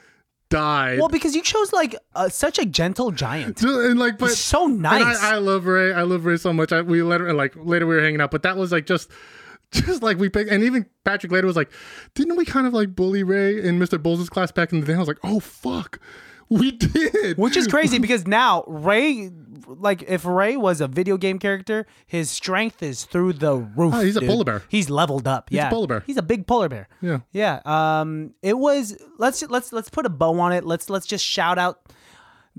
S2: died.
S1: Well, because you chose like uh, such a gentle giant.
S2: Dude, and like, but
S1: He's so
S2: and
S1: nice.
S2: I, I love Ray. I love Ray so much. I, we let her and like later we were hanging out, but that was like just, just like we picked. And even Patrick later was like, "Didn't we kind of like bully Ray in Mr. Bull's class back in the day?" I was like, "Oh fuck, we did."
S1: Which is crazy because now Ray, like if Ray was a video game character, his strength is through the roof.
S2: Oh, he's a
S1: dude.
S2: polar bear.
S1: He's leveled up. yeah,
S2: polar bear.
S1: He's a big polar bear.
S2: Yeah.
S1: yeah. Um, it was let's let's let's put a bow on it. Let's let's just shout out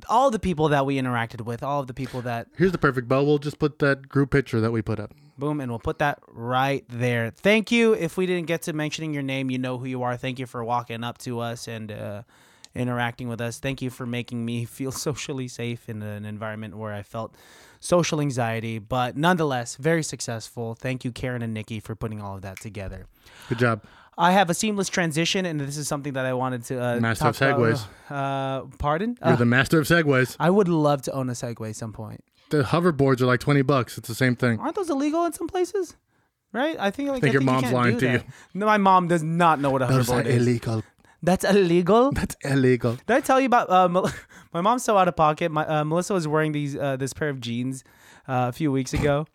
S1: all the people that we interacted with, all of the people that
S2: Here's the perfect bow. We'll just put that group picture that we put up.
S1: Boom, and we'll put that right there. Thank you. If we didn't get to mentioning your name, you know who you are. Thank you for walking up to us and uh, interacting with us. Thank you for making me feel socially safe in an environment where I felt social anxiety, but nonetheless, very successful. Thank you, Karen and Nikki, for putting all of that together.
S2: Good job.
S1: I have a seamless transition, and this is something that I wanted to uh,
S2: Master of
S1: talk about.
S2: segues.
S1: Uh, pardon?
S2: You're
S1: Uh,
S2: the master of segues.
S1: I would love to own a Segway at some point.
S2: The hoverboards are like twenty bucks. It's the same thing.
S1: aren't those illegal in some places? Right? I think like,
S2: think your
S1: you
S2: mom's
S1: can't
S2: lying
S1: do
S2: to you.
S1: that. No, my mom does not know what a hoverboard is.
S2: illegal.
S1: That's illegal.
S2: That's illegal.
S1: Did I tell you about uh, Mel- my mom's so out of pocket? My uh, Melissa was wearing these uh, this pair of jeans uh, a few weeks ago.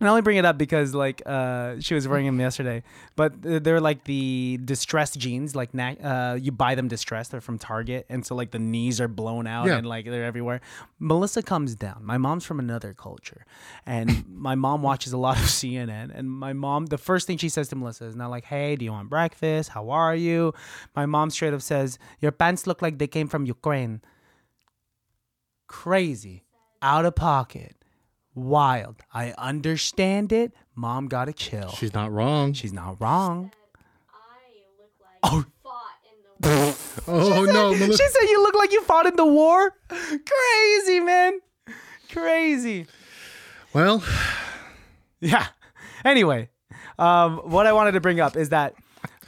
S1: And I only bring it up because like uh, she was wearing them yesterday, but th- they're like the distressed jeans. Like na- uh, you buy them distressed; they're from Target, and so like the knees are blown out
S2: Yeah.
S1: and like they're everywhere. Melissa comes down. My mom's from another culture, and my mom watches a lot of CNN. And my mom, the first thing she says to Melissa is not like, "Hey, do you want breakfast? How are you?" My mom straight up says, "Your pants look like they came from Ukraine." Crazy, out of pocket wild. I understand it. Mom got a chill.
S2: She's not wrong.
S1: She's not wrong.
S3: I look
S1: Oh.
S3: like I fought in the war.
S2: oh no, Melissa.
S1: She said you look like you fought in the war. Crazy, man. Crazy.
S2: Well,
S1: Yeah. Anyway, um, what I wanted to bring up is that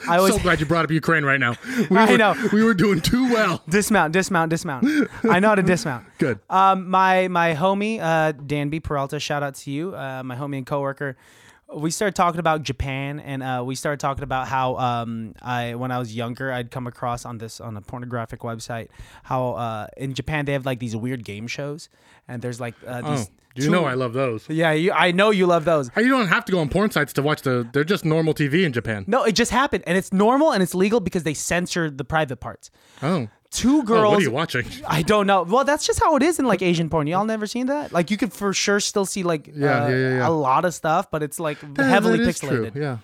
S1: I was
S2: so glad you brought up Ukraine right now. We
S1: Oh, I
S2: were,
S1: know.
S2: we were doing too well.
S1: dismount, dismount, dismount. I know how to dismount.
S2: Good.
S1: Um, my my homie uh, Danby Peralta, shout out to you, uh, my homie and coworker. We started talking about Japan, and uh, we started talking about how um, I when I was younger, I'd come across on this on a pornographic website how uh, in Japan they have like these weird game shows, and there's like uh,
S2: Oh,
S1: these.
S2: you
S1: two-
S2: know I love those.
S1: Yeah, you, I know you love those.
S2: You don't have to go on porn sites to watch the. They're just normal TV in Japan.
S1: No, it just happened, and it's normal and it's legal because they censor the private parts.
S2: Oh,
S1: Two
S2: Oh,
S1: girls.
S2: what are you watching?
S1: I don't know. Well, that's just how it is in like Asian porn. Y'all never seen that? Like you could for sure still see like
S2: Yeah,
S1: uh,
S2: yeah, yeah, yeah.
S1: a lot of stuff, but it's like heavily
S2: That is
S1: pixelated.
S2: True. Yeah.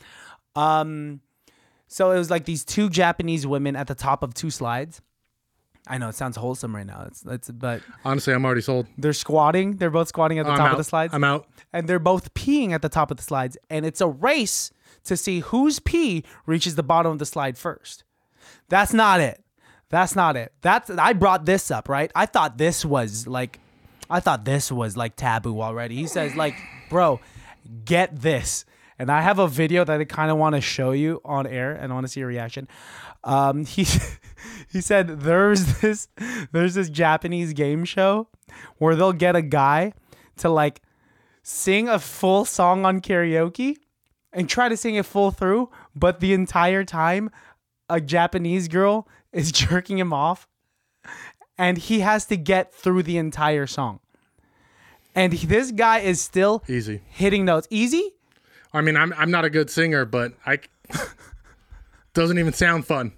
S1: Um, so it was like these two Japanese women at the top of two slides. I know it sounds wholesome right now. It's, it's but
S2: Honestly, I'm already sold.
S1: they're squatting. They're both squatting at the
S2: I'm
S1: top
S2: out.
S1: of the slides,
S2: I'm out.
S1: and they're both peeing at the top of the slides, and it's a race to see whose pee reaches the bottom of the slide first. That's not it. That's not it. That's I brought this up, right? I thought this was like I thought this was like taboo already. He says like, "Bro, get this." And I have a video that I kind of want to show you on air and I want to see your reaction. Um he he said there's this there's this Japanese game show where they'll get a guy to like sing a full song on karaoke and try to sing it full through, but the entire time a Japanese girl is jerking him off and he has to get through the entire song. And he- this guy is still
S2: Easy.
S1: hitting notes. Easy?
S2: I mean, I'm I'm not a good singer, but I doesn't even sound fun.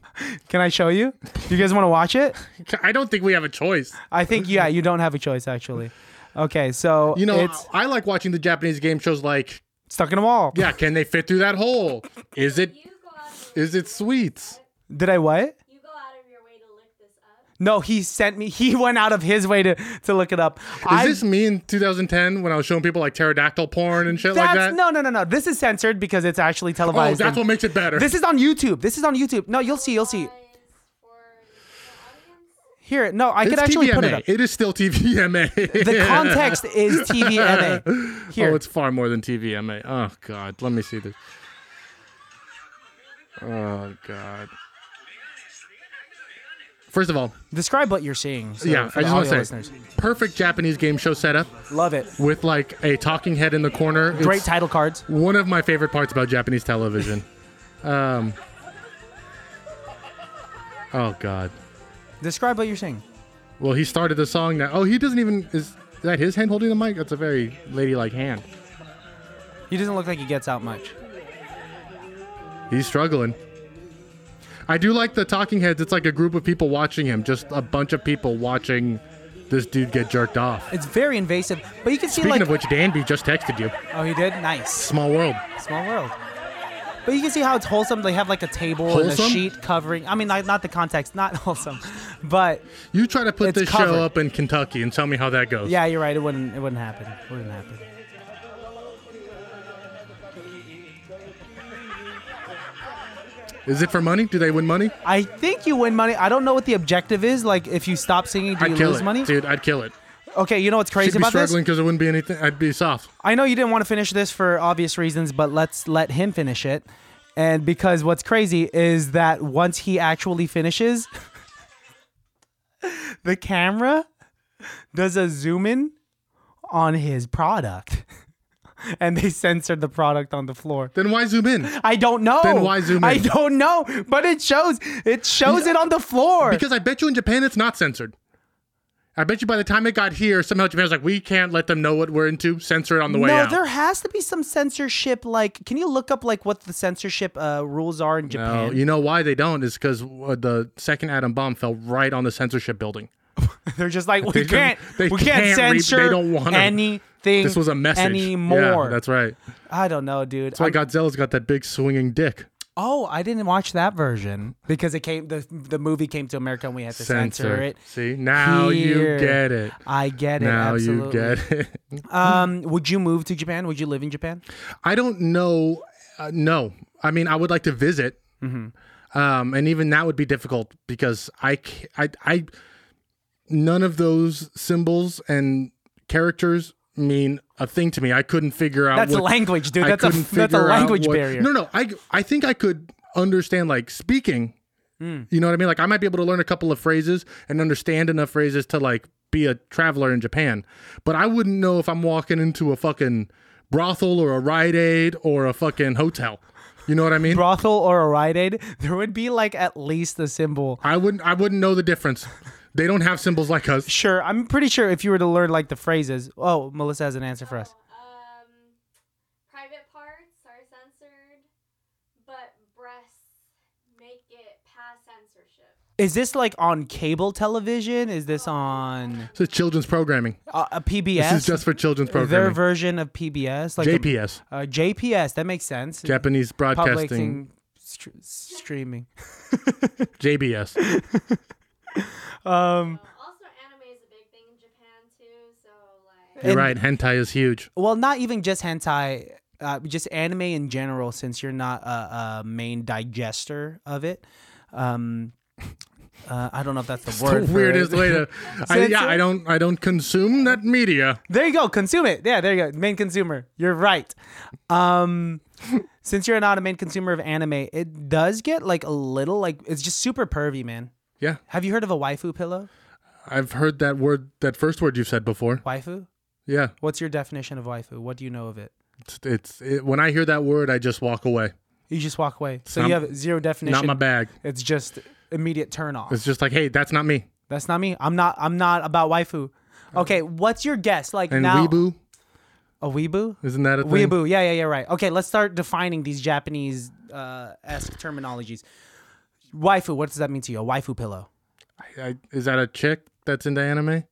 S1: Can I show you? You guys want to watch it?
S2: I don't think we have a choice.
S1: I think yeah, you don't have a choice actually. Okay, so
S2: You know,
S1: it's
S2: I like watching the Japanese game shows. Like,
S1: stuck in a wall.
S2: yeah, can they fit through that hole? Is it
S3: You go out of your,
S2: is it sweets?
S1: Did I what?
S3: you go out of your way to look this up.
S1: No, he sent me. He went out of his way to to look it up.
S2: Is
S1: I
S2: this me in 2010 when I was showing people like pterodactyl porn and shit like
S1: that's
S2: that?
S1: no no no no. This is censored because it's actually
S2: oh,
S1: televised.
S2: that's
S1: and-
S2: what makes it better.
S1: This is on YouTube. This is on YouTube. No, you'll see. You'll see.
S3: For the audience,
S1: Here, no, I could
S2: it's
S1: actually
S2: TVMA.
S1: put it up.
S2: It is still TVMA.
S1: The context is TVMA. Here,
S2: Oh, it's far more than TVMA. Oh God, let me see this. Oh God. First of all,
S1: Describe what you're seeing. so
S2: yeah,
S1: for
S2: I
S1: the
S2: just want
S1: audio
S2: to say,
S1: listeners.
S2: perfect Japanese game show setup
S1: love it.
S2: with like a talking head in the corner. It's
S1: Great title cards.
S2: one of my favorite parts about Japanese television. um, oh God.
S1: Describe what you're seeing.
S2: Well, he started the song now. Oh, he doesn't even is that his hand holding the mic? That's a very ladylike hand.
S1: He doesn't look like he gets out much.
S2: He's struggling. I do like the talking heads. It's like a group of people watching him, just a bunch of people watching this dude get jerked off.
S1: It's very invasive, but you can see
S2: Speaking
S1: like
S2: of which, Danby just texted you.
S1: oh he did nice
S2: Small world.
S1: small world. But you can see how it's wholesome. They have like a table and a
S2: Wholesome?
S1: sheet covering. I mean, like, not the context, not wholesome, but
S2: You try to put
S1: It's
S2: this
S1: covered.
S2: show up in Kentucky and tell me how that goes.
S1: yeah, you're right. It wouldn't. It wouldn't happen. It wouldn't happen.
S2: Is it for money? Do they win money?
S1: I think you win money. I don't know what the objective is. Like, if you stop singing, do
S2: I'd
S1: you
S2: kill
S1: lose
S2: it,
S1: money?
S2: dude. I'd kill it.
S1: Okay, you know what's crazy
S2: She'd be
S1: about this?
S2: struggling because it wouldn't be anything. I'd be soft.
S1: I know you didn't want to finish this for obvious reasons, but let's let him finish it. And because what's crazy is that once he actually finishes, the camera does a zoom in on his product. And they censored the product on the floor.
S2: Then why zoom in?
S1: I don't know.
S2: Then why zoom in?
S1: I don't know, but it shows. It shows it on the floor.
S2: Because I bet you in Japan it's not censored. I bet you by the time it got here, somehow Japan was like, we can't let them know what we're into. Censor it on the way
S1: no,
S2: out.
S1: there has to be some censorship. Like, can you look up like what the censorship uh, rules are in Japan?
S2: No, Oh, you know why they don't is because the second atom bomb fell right on the censorship building.
S1: They're just like, we
S2: They couldn't-
S1: can't,
S2: they
S1: we can't,
S2: can't re- they
S1: censor
S2: don't wanna.
S1: anything.
S2: This was a message.
S1: anymore.
S2: Yeah, that's right.
S1: I don't know, dude.
S2: That's why
S1: I'm-
S2: Godzilla's got that big swinging dick.
S1: oh, I didn't watch that version because it came the the movie came to America and we had to censor,
S2: Censor
S1: it.
S2: See, now
S1: Here.
S2: you get it.
S1: I get it.
S2: Now
S1: absolutely.
S2: you get it.
S1: Um, would you move to Japan? Would you live in Japan?
S2: I don't know. Uh, no, I mean, I would like to visit,
S1: Mm-hmm.
S2: um, and even that would be difficult because I, ca- I, I, none of those symbols and characters mean a thing to me. I couldn't figure out.
S1: That's
S2: what,
S1: a language, dude.
S2: I
S1: That's a
S2: couldn't
S1: that's a
S2: figure out
S1: language
S2: what-
S1: barrier.
S2: No, no. I, I think I could understand like speaking.
S1: Hmm.
S2: You know what I mean? Like I might be able to learn a couple of phrases and understand enough phrases to like be a traveler in Japan. But I wouldn't know if I'm walking into a fucking brothel or a Rite Aid or a fucking hotel. You know what I mean?
S1: Brothel or a Rite Aid, there would be like at least a symbol.
S2: I wouldn't I wouldn't know the difference. They don't have symbols like us.
S1: Sure, I'm pretty sure if you were to learn like the phrases. Oh, Melissa has an answer for us.
S3: Um, private parts are censored, but breasts make it past censorship.
S1: Is this like on cable television? Is this on
S2: This is children's programming.
S1: uh, a PBS?
S2: This is just for children's
S1: their
S2: programming.
S1: version of PBS, like a-
S2: JPS,
S1: uh, JPS. That makes sense.
S2: Japanese
S1: Public
S2: Broadcasting,
S1: thing str- streaming.
S2: JBS.
S1: Um,
S3: So, also, anime is a big thing in Japan too. So like,
S1: And-
S2: You're right. Hentai is huge.
S1: well, not even just hentai, uh, just anime in general. Since you're not a, a main digester of it, um, uh, I don't know if that's the word.
S2: the
S1: for
S2: weirdest
S1: it.
S2: way to. I, yeah,
S1: Censor.
S2: I don't. I don't consume that media.
S1: There you go. Consume it. Yeah, there you go. Main consumer. You're right. Um, since you're not a main consumer of anime, it does get like a little like it's just super pervy, man.
S2: Yeah,
S1: Have you heard of a waifu pillow?
S2: I've heard that word. That first word you've said before.
S1: Waifu?
S2: Yeah,
S1: What's your definition of waifu? What do you know of it?
S2: it's. it's it, when I hear that word, I just walk away.
S1: You just walk away. So
S2: Some-
S1: you have zero definition.
S2: Not my bag.
S1: It's just immediate turn off.
S2: It's just like, hey, that's not me.
S1: That's not me. I'm not. I'm not about waifu. Okay, what's your guess? Like
S2: And
S1: now,
S2: weeboo,
S1: a weeboo.
S2: isn't that a thing?
S1: Weeaboo. Yeah, yeah, yeah. Right. Okay, let's start defining these Japanese uh, esque terminologies. Waifu. What does that mean to you? A waifu pillow.
S2: I, I, is that a chick that's into anime?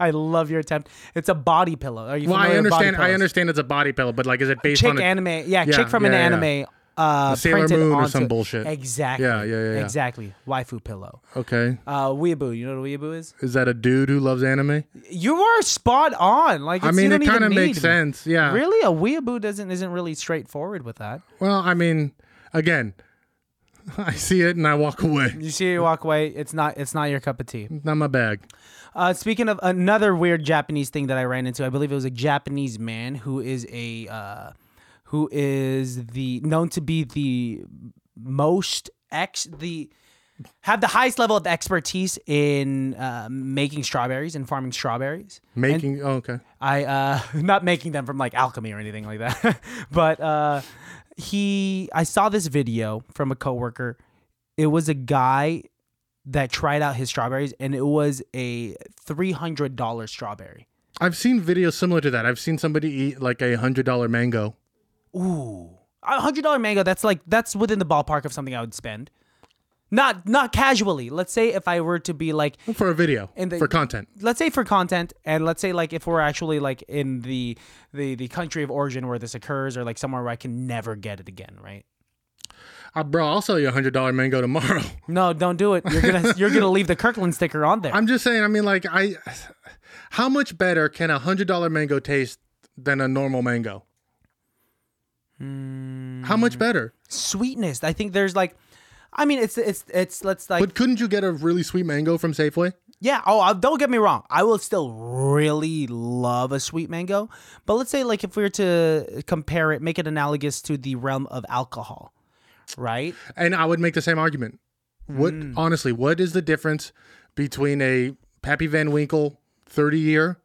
S1: I love your attempt. It's a body pillow. Are you?
S2: Well, I
S1: familiar with body
S2: understand. I
S1: pillows?
S2: understand it's a body pillow, but like, is it based
S1: Chick
S2: on? A,
S1: anime. Yeah,
S2: Yeah,
S1: chick from
S2: yeah,
S1: an
S2: yeah.
S1: anime. Uh,
S2: Sailor
S1: printed
S2: Moon or
S1: onto-
S2: some bullshit.
S1: Exactly.
S2: Yeah, yeah, yeah, yeah.
S1: Exactly. Waifu pillow.
S2: okay,
S1: Uh, weeaboo. You know what a weeaboo is?
S2: is that a dude who loves anime?
S1: You are spot on. Like
S2: I
S1: it's-
S2: mean,
S1: you
S2: it
S1: don't even
S2: kind of
S1: need
S2: makes
S1: me.
S2: sense. Yeah.
S1: Really, a weeaboo doesn't isn't really straightforward with that.
S2: Well, I mean, again, I see it and I walk away.
S1: You see, you walk away. It's not. It's not your cup of tea.
S2: Not my bag.
S1: Uh, speaking of another weird Japanese thing that I ran into, I believe it was a Japanese man who is a uh, who is the known to be the most ex the have the highest level of expertise in uh, making strawberries and farming strawberries.
S2: Making. oh, okay.
S1: I uh not making them from like alchemy or anything like that. but uh he I saw this video from a coworker. It was a guy that tried out his strawberries and it was a $300 strawberry.
S2: I've seen videos similar to that. I've seen somebody eat like a hundred dollar mango.
S1: Ooh. A $100 mango, that's like that's within the ballpark of something I would spend. Not not casually. Let's say if I were to be like
S2: for a video
S1: And they-
S2: for content.
S1: let's say for content and let's say like if we're actually like in the the the country of origin where this occurs or like somewhere where I can never get it again, right?
S2: Uh, bro, I'll sell you a hundred dollar mango tomorrow.
S1: No, don't do it. You're gonna you're gonna leave the Kirkland sticker on there.
S2: I'm just saying. I mean, like, I how much better can a hundred dollar mango taste than a normal mango?
S1: Hmm.
S2: How much better?
S1: Sweetness. I think there's like, I mean, it's it's it's let's like
S2: But couldn't you get a really sweet mango from Safeway?
S1: yeah. Oh, I, don't get me wrong. I will still really love a sweet mango, but let's say like if we were to compare it, make it analogous to the realm of alcohol, right?
S2: And I would make the same argument. What
S1: Hmm.
S2: honestly, what is the difference between a Pappy Van Winkle 30 year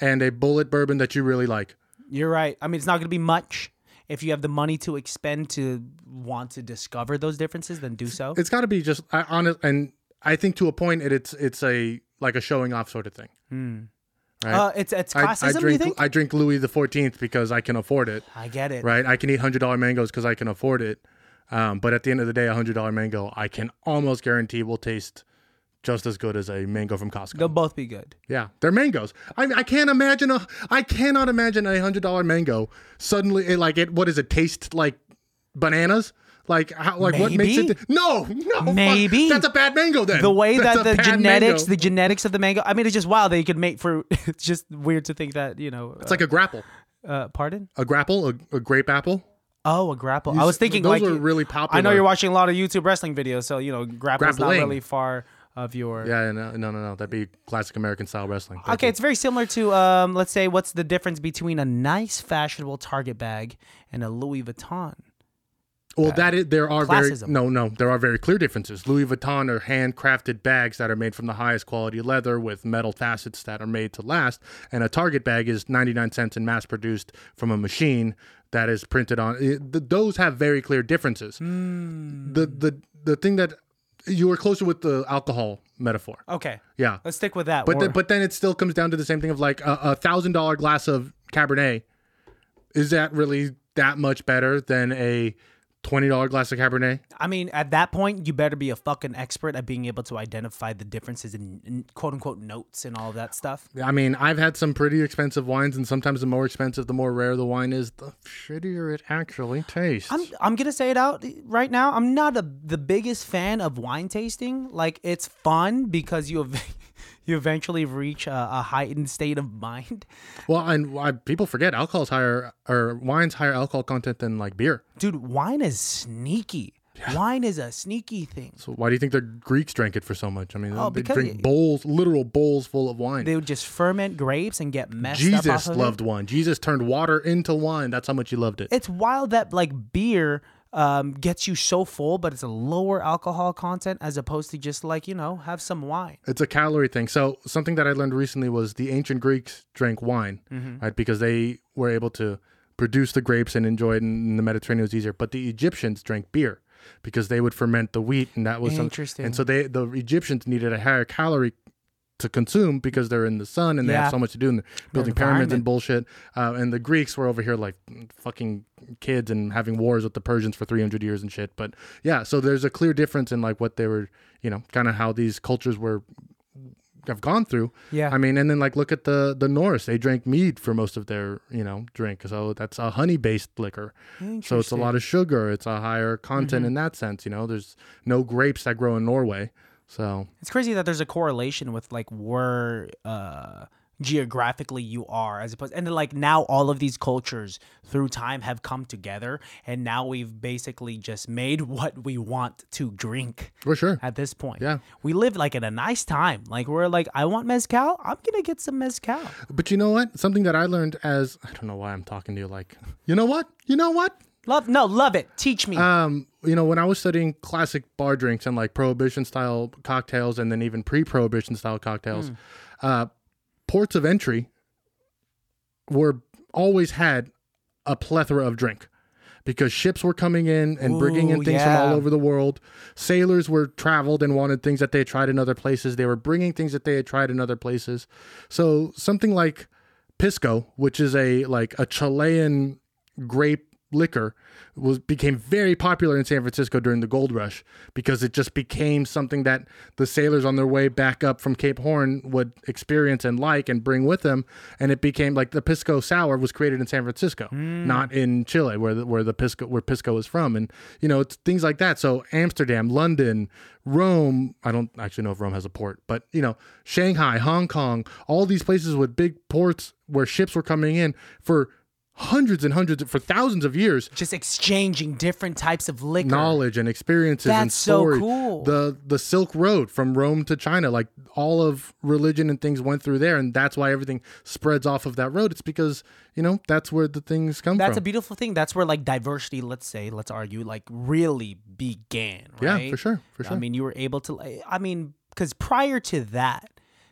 S2: and a bullet bourbon that you really like?
S1: You're right. I mean, it's not gonna be much. If you have the money to expend to want to discover those differences, then do so.
S2: It's got to be just I, honest, and I think to a point it, it's it's a like a showing off sort of thing. right.
S1: Uh, it's it's
S2: I, I
S1: classism. you
S2: drink
S1: think?
S2: I drink Louis the 14th because I can afford it.
S1: I get it.
S2: right? I can eat hundred dollar mangoes because I can afford it. Um, but at the end of the day, a hundred dollar mango, I can almost guarantee will taste just as good as a mango from Costco.
S1: They'll both be good.
S2: yeah, they're mangoes. I, I can't imagine a, I cannot imagine a hundred dollar mango suddenly it, like it. What does it taste like? Bananas? Like how? Like what makes
S1: Maybe.
S2: it? No, no. fuck.
S1: Maybe.
S2: that's a bad mango. Then
S1: the way
S2: That's
S1: that
S2: a
S1: the
S2: bad
S1: genetics,
S2: mango.
S1: the genetics of the mango. I mean, it's just wild that you could make fruit. it's just weird to think that you know.
S2: it's like a grapple,
S1: uh, uh, pardon?
S2: a grapple, a, a grape apple.
S1: Oh, a grapple. I was thinking
S2: those
S1: like
S2: were really
S1: I know
S2: popular.
S1: you're watching a lot of YouTube wrestling videos, so you know grapple's
S2: Grappling.
S1: not really far of your.
S2: Yeah, no, no, no, no. That'd be classic American style wrestling. Thank
S1: Okay, it's very similar to um, let's say what's the difference between a nice fashionable Target bag and a Louis Vuitton?
S2: Well, that is there are
S1: Classism.
S2: very no no there are very clear differences. Louis Vuitton are handcrafted bags that are made from the highest quality leather with metal facets that are made to last, and a Target bag is ninety nine cents and mass produced from a machine that is printed on. It, th- those have very clear differences. The the the thing that you were closer with the alcohol metaphor,
S1: Okay,
S2: yeah.
S1: let's stick with that.
S2: But
S1: or-
S2: th- but then it still comes down to the same thing of like a a thousand dollar glass of Cabernet. Is that really that much better than a twenty dollar glass of Cabernet?
S1: I mean, at that point, you better be a fucking expert at being able to identify the differences in, in quote unquote notes and all of that stuff.
S2: I mean, I've had some pretty expensive wines, and sometimes the more expensive, the more rare the wine is, the shittier it actually tastes.
S1: I'm I'm gonna say it out right now. I'm not a, the biggest fan of wine tasting. Like it's fun because you ev- you eventually reach a, a heightened state of mind,
S2: well, and why people forget alcohol's higher or wine's higher alcohol content than like beer.
S1: dude. Wine is sneaky. Wine is a sneaky thing.
S2: So why do you think the Greeks drank it for so much? I mean,
S1: Oh,
S2: they
S1: because
S2: drink
S1: it-
S2: bowls, literal bowls full of wine.
S1: They would just ferment grapes and get messed up. off
S2: Jesus
S1: of it.
S2: loved wine. Jesus turned water into wine. That's how much he loved it.
S1: it's wild that like beer um, gets you so full, but it's a lower alcohol content as opposed to just like you know have some wine.
S2: It's a calorie thing. So something that I learned recently was the ancient Greeks drank wine,
S1: Mm-hmm.
S2: right? Because they were able to produce the grapes and enjoy it in the Mediterranean was easier. But the Egyptians drank beer because they would ferment the wheat, and that was some-
S1: Interesting.
S2: and so they the Egyptians needed a higher calorie to consume because they're in the sun and they
S1: Yeah.
S2: have so much to do and they're building
S1: environment.
S2: pyramids and bullshit. Uh, and the Greeks were over here like fucking kids and having wars with the Persians for 300 years and shit. But yeah, so there's a clear difference in like what they were, you know, kind of how these cultures were have gone through.
S1: Yeah.
S2: I mean, and then like look at the the Norse. They drank mead for most of their, you know, drink. So that's a honey based liquor. So it's a lot of sugar. It's a higher
S1: Mm-hmm.
S2: content in that sense, you know. There's no grapes that grow in Norway. So
S1: It's crazy that there's a correlation with like where uh, geographically you are, as opposed, and then, like now all of these cultures through time have come together, and now we've basically just made what we want to drink.
S2: for sure.
S1: At this point,
S2: Yeah.
S1: we live like in a nice time. Like we're like, I want mezcal. I'm gonna get some mezcal.
S2: But you know what? Something that I learned as I don't know why I'm talking to you like, you know what? You know what?
S1: Love, no, love it. Teach me.
S2: Um, you know, when I was studying classic bar drinks and like prohibition style cocktails and then even pre prohibition style cocktails, uh, ports of entry were always had a plethora of drink because ships were coming in and bringing in
S1: Ooh,
S2: things from
S1: yeah.
S2: all over the world. Sailors were traveled and wanted things that they had tried in other places. They were bringing things that they had tried in other places. So something like pisco, which is a like a Chilean grape liquor was became very popular in San Francisco during the gold rush because it just became something that the sailors on their way back up from Cape Horn would experience and like and bring with them and it became like the pisco sour was created in San Francisco not in Chile where the, where the pisco where pisco is from and you know it's things like that so Amsterdam London Rome I don't actually know if Rome has a port but you know Shanghai Hong Kong all these places with big ports where ships were coming in for hundreds and hundreds for thousands of years
S1: Just exchanging different types of liquor.
S2: knowledge and experiences and
S1: That's so
S2: story
S1: cool.
S2: the the silk road from rome to china like all of religion and things went through there and that's why everything spreads off of that road it's because you know that's where the things come
S1: That's a
S2: from
S1: beautiful thing. That's where like diversity, let's say, let's argue, like really began.
S2: yeah
S1: Right?
S2: for sure for sure
S1: I mean, you were able to. like, I mean, because prior to that,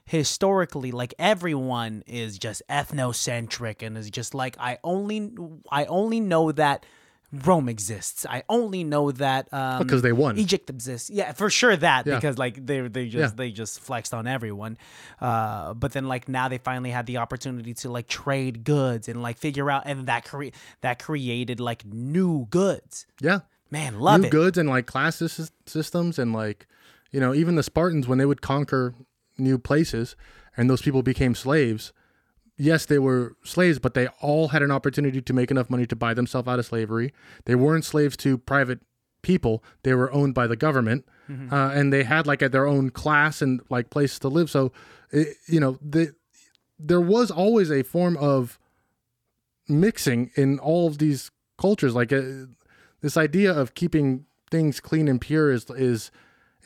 S1: historically, like everyone is just ethnocentric and is just like I only, I only know that Rome exists. I only know that um,
S2: because they won
S1: Egypt exists. Yeah, for sure that
S2: Yeah.
S1: because like they they just
S2: Yeah.
S1: they just flexed on everyone. Uh, but then like now they finally had the opportunity to like trade goods and like figure out and that cre- that created like new goods.
S2: yeah
S1: Man, love
S2: new
S1: it.
S2: goods and like class sys- systems and like you know even the spartans when they would conquer new places and those people became slaves yes they were slaves but they all had an opportunity to make enough money to buy themselves out of slavery they weren't slaves to private people they were owned by the government
S1: Mm-hmm.
S2: uh, and they had like their own class and like place to live so it, you know the, there was always a form of mixing in all of these cultures like uh, this idea of keeping things clean and pure is is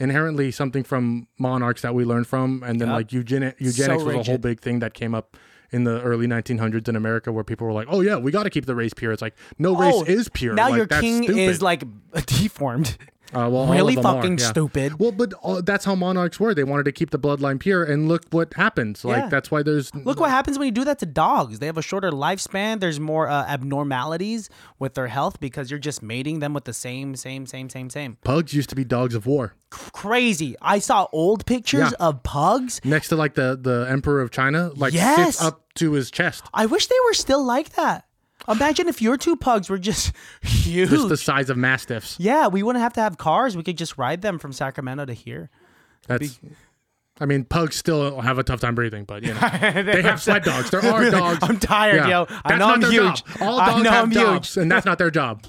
S2: inherently something from monarchs that we learned from and then
S1: Yep.
S2: like eugenic eugenics
S1: So
S2: was a whole
S1: rigid.
S2: big thing that came up in the early 1900s in America where people were like, "Oh yeah, we got to keep the race pure." It's like no race
S1: Oh,
S2: is pure.
S1: Now
S2: Like,
S1: your
S2: that's
S1: king
S2: stupid.
S1: is like deformed.
S2: Uh, well, all
S1: really
S2: of them are,
S1: fucking
S2: yeah.
S1: stupid.
S2: Well, but uh, that's how monarchs were. They wanted to keep the bloodline pure, and look what happens. Like
S1: Yeah.
S2: that's why there's
S1: Look what happens when you do that to dogs. They have a shorter lifespan. There's more uh, abnormalities with their health because you're just mating them with the same, same, same, same, same.
S2: pugs used to be dogs of war.
S1: Crazy. I saw old pictures
S2: Yeah.
S1: of pugs.
S2: Next to like the the emperor of China, like
S1: Yes.
S2: sits up to his chest,
S1: I wish they were still like that. Imagine if your two pugs were just huge.
S2: just the size of mastiffs.
S1: yeah, we wouldn't have to have cars. We could just ride them from Sacramento to here.
S2: That's. I mean, pugs still have a tough time breathing, but you know they have sled dogs. There are dogs.
S1: I'm tired,
S2: Yeah.
S1: yo. I
S2: That's
S1: know
S2: not
S1: I'm
S2: their
S1: huge.
S2: job. All
S1: I
S2: dogs
S1: know
S2: have
S1: I'm huge.
S2: jobs, and that's not their job.